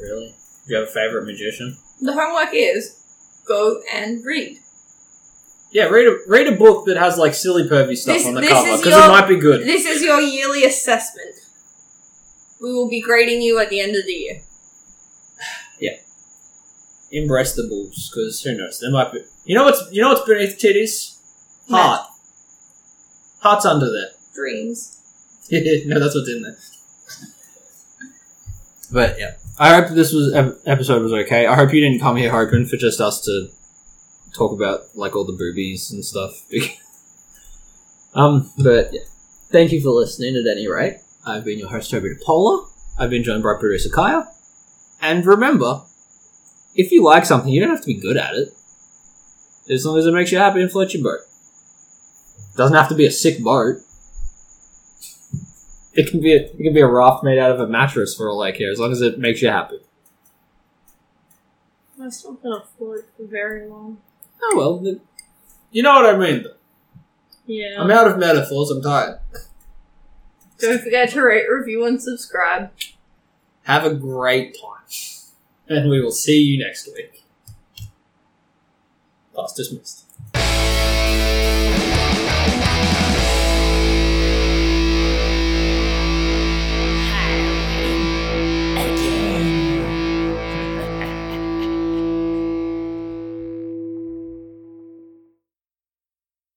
Speaker 2: Really? Do you have a favorite magician?
Speaker 3: The homework is go and read.
Speaker 2: Yeah, read a read a book that has like silly pervy stuff
Speaker 3: This-
Speaker 2: on the
Speaker 3: this
Speaker 2: cover
Speaker 3: is
Speaker 2: because
Speaker 3: your-
Speaker 2: it might be good.
Speaker 3: This is your yearly assessment. We will be grading you at the end of the year.
Speaker 2: Embrace the boobs because who knows? There might be. You know what's you know what's beneath titties? Heart. Heart's under there.
Speaker 3: Dreams.
Speaker 2: *laughs* no, that's what's in there. But yeah, I hope this was ep- episode was okay. I hope you didn't come here hoping for just us to talk about like all the boobies and stuff. *laughs* um, but yeah, thank you for listening. At any rate, I've been your host Toby DePola. I've been joined by producer Kaya. And remember, if you like something, you don't have to be good at it. As long as it makes you happy and floats your boat. Doesn't have to be a sick boat. It can be a, it can be a raft made out of a mattress for all I care, as long as it makes you happy.
Speaker 4: I still gonna float for very long.
Speaker 2: Oh well, then- you know what I mean. though.
Speaker 4: Yeah.
Speaker 2: I'm out of metaphors. I'm tired.
Speaker 3: Don't forget to rate, review, and subscribe.
Speaker 2: Have a great time, and we will see you next week. Class dismissed.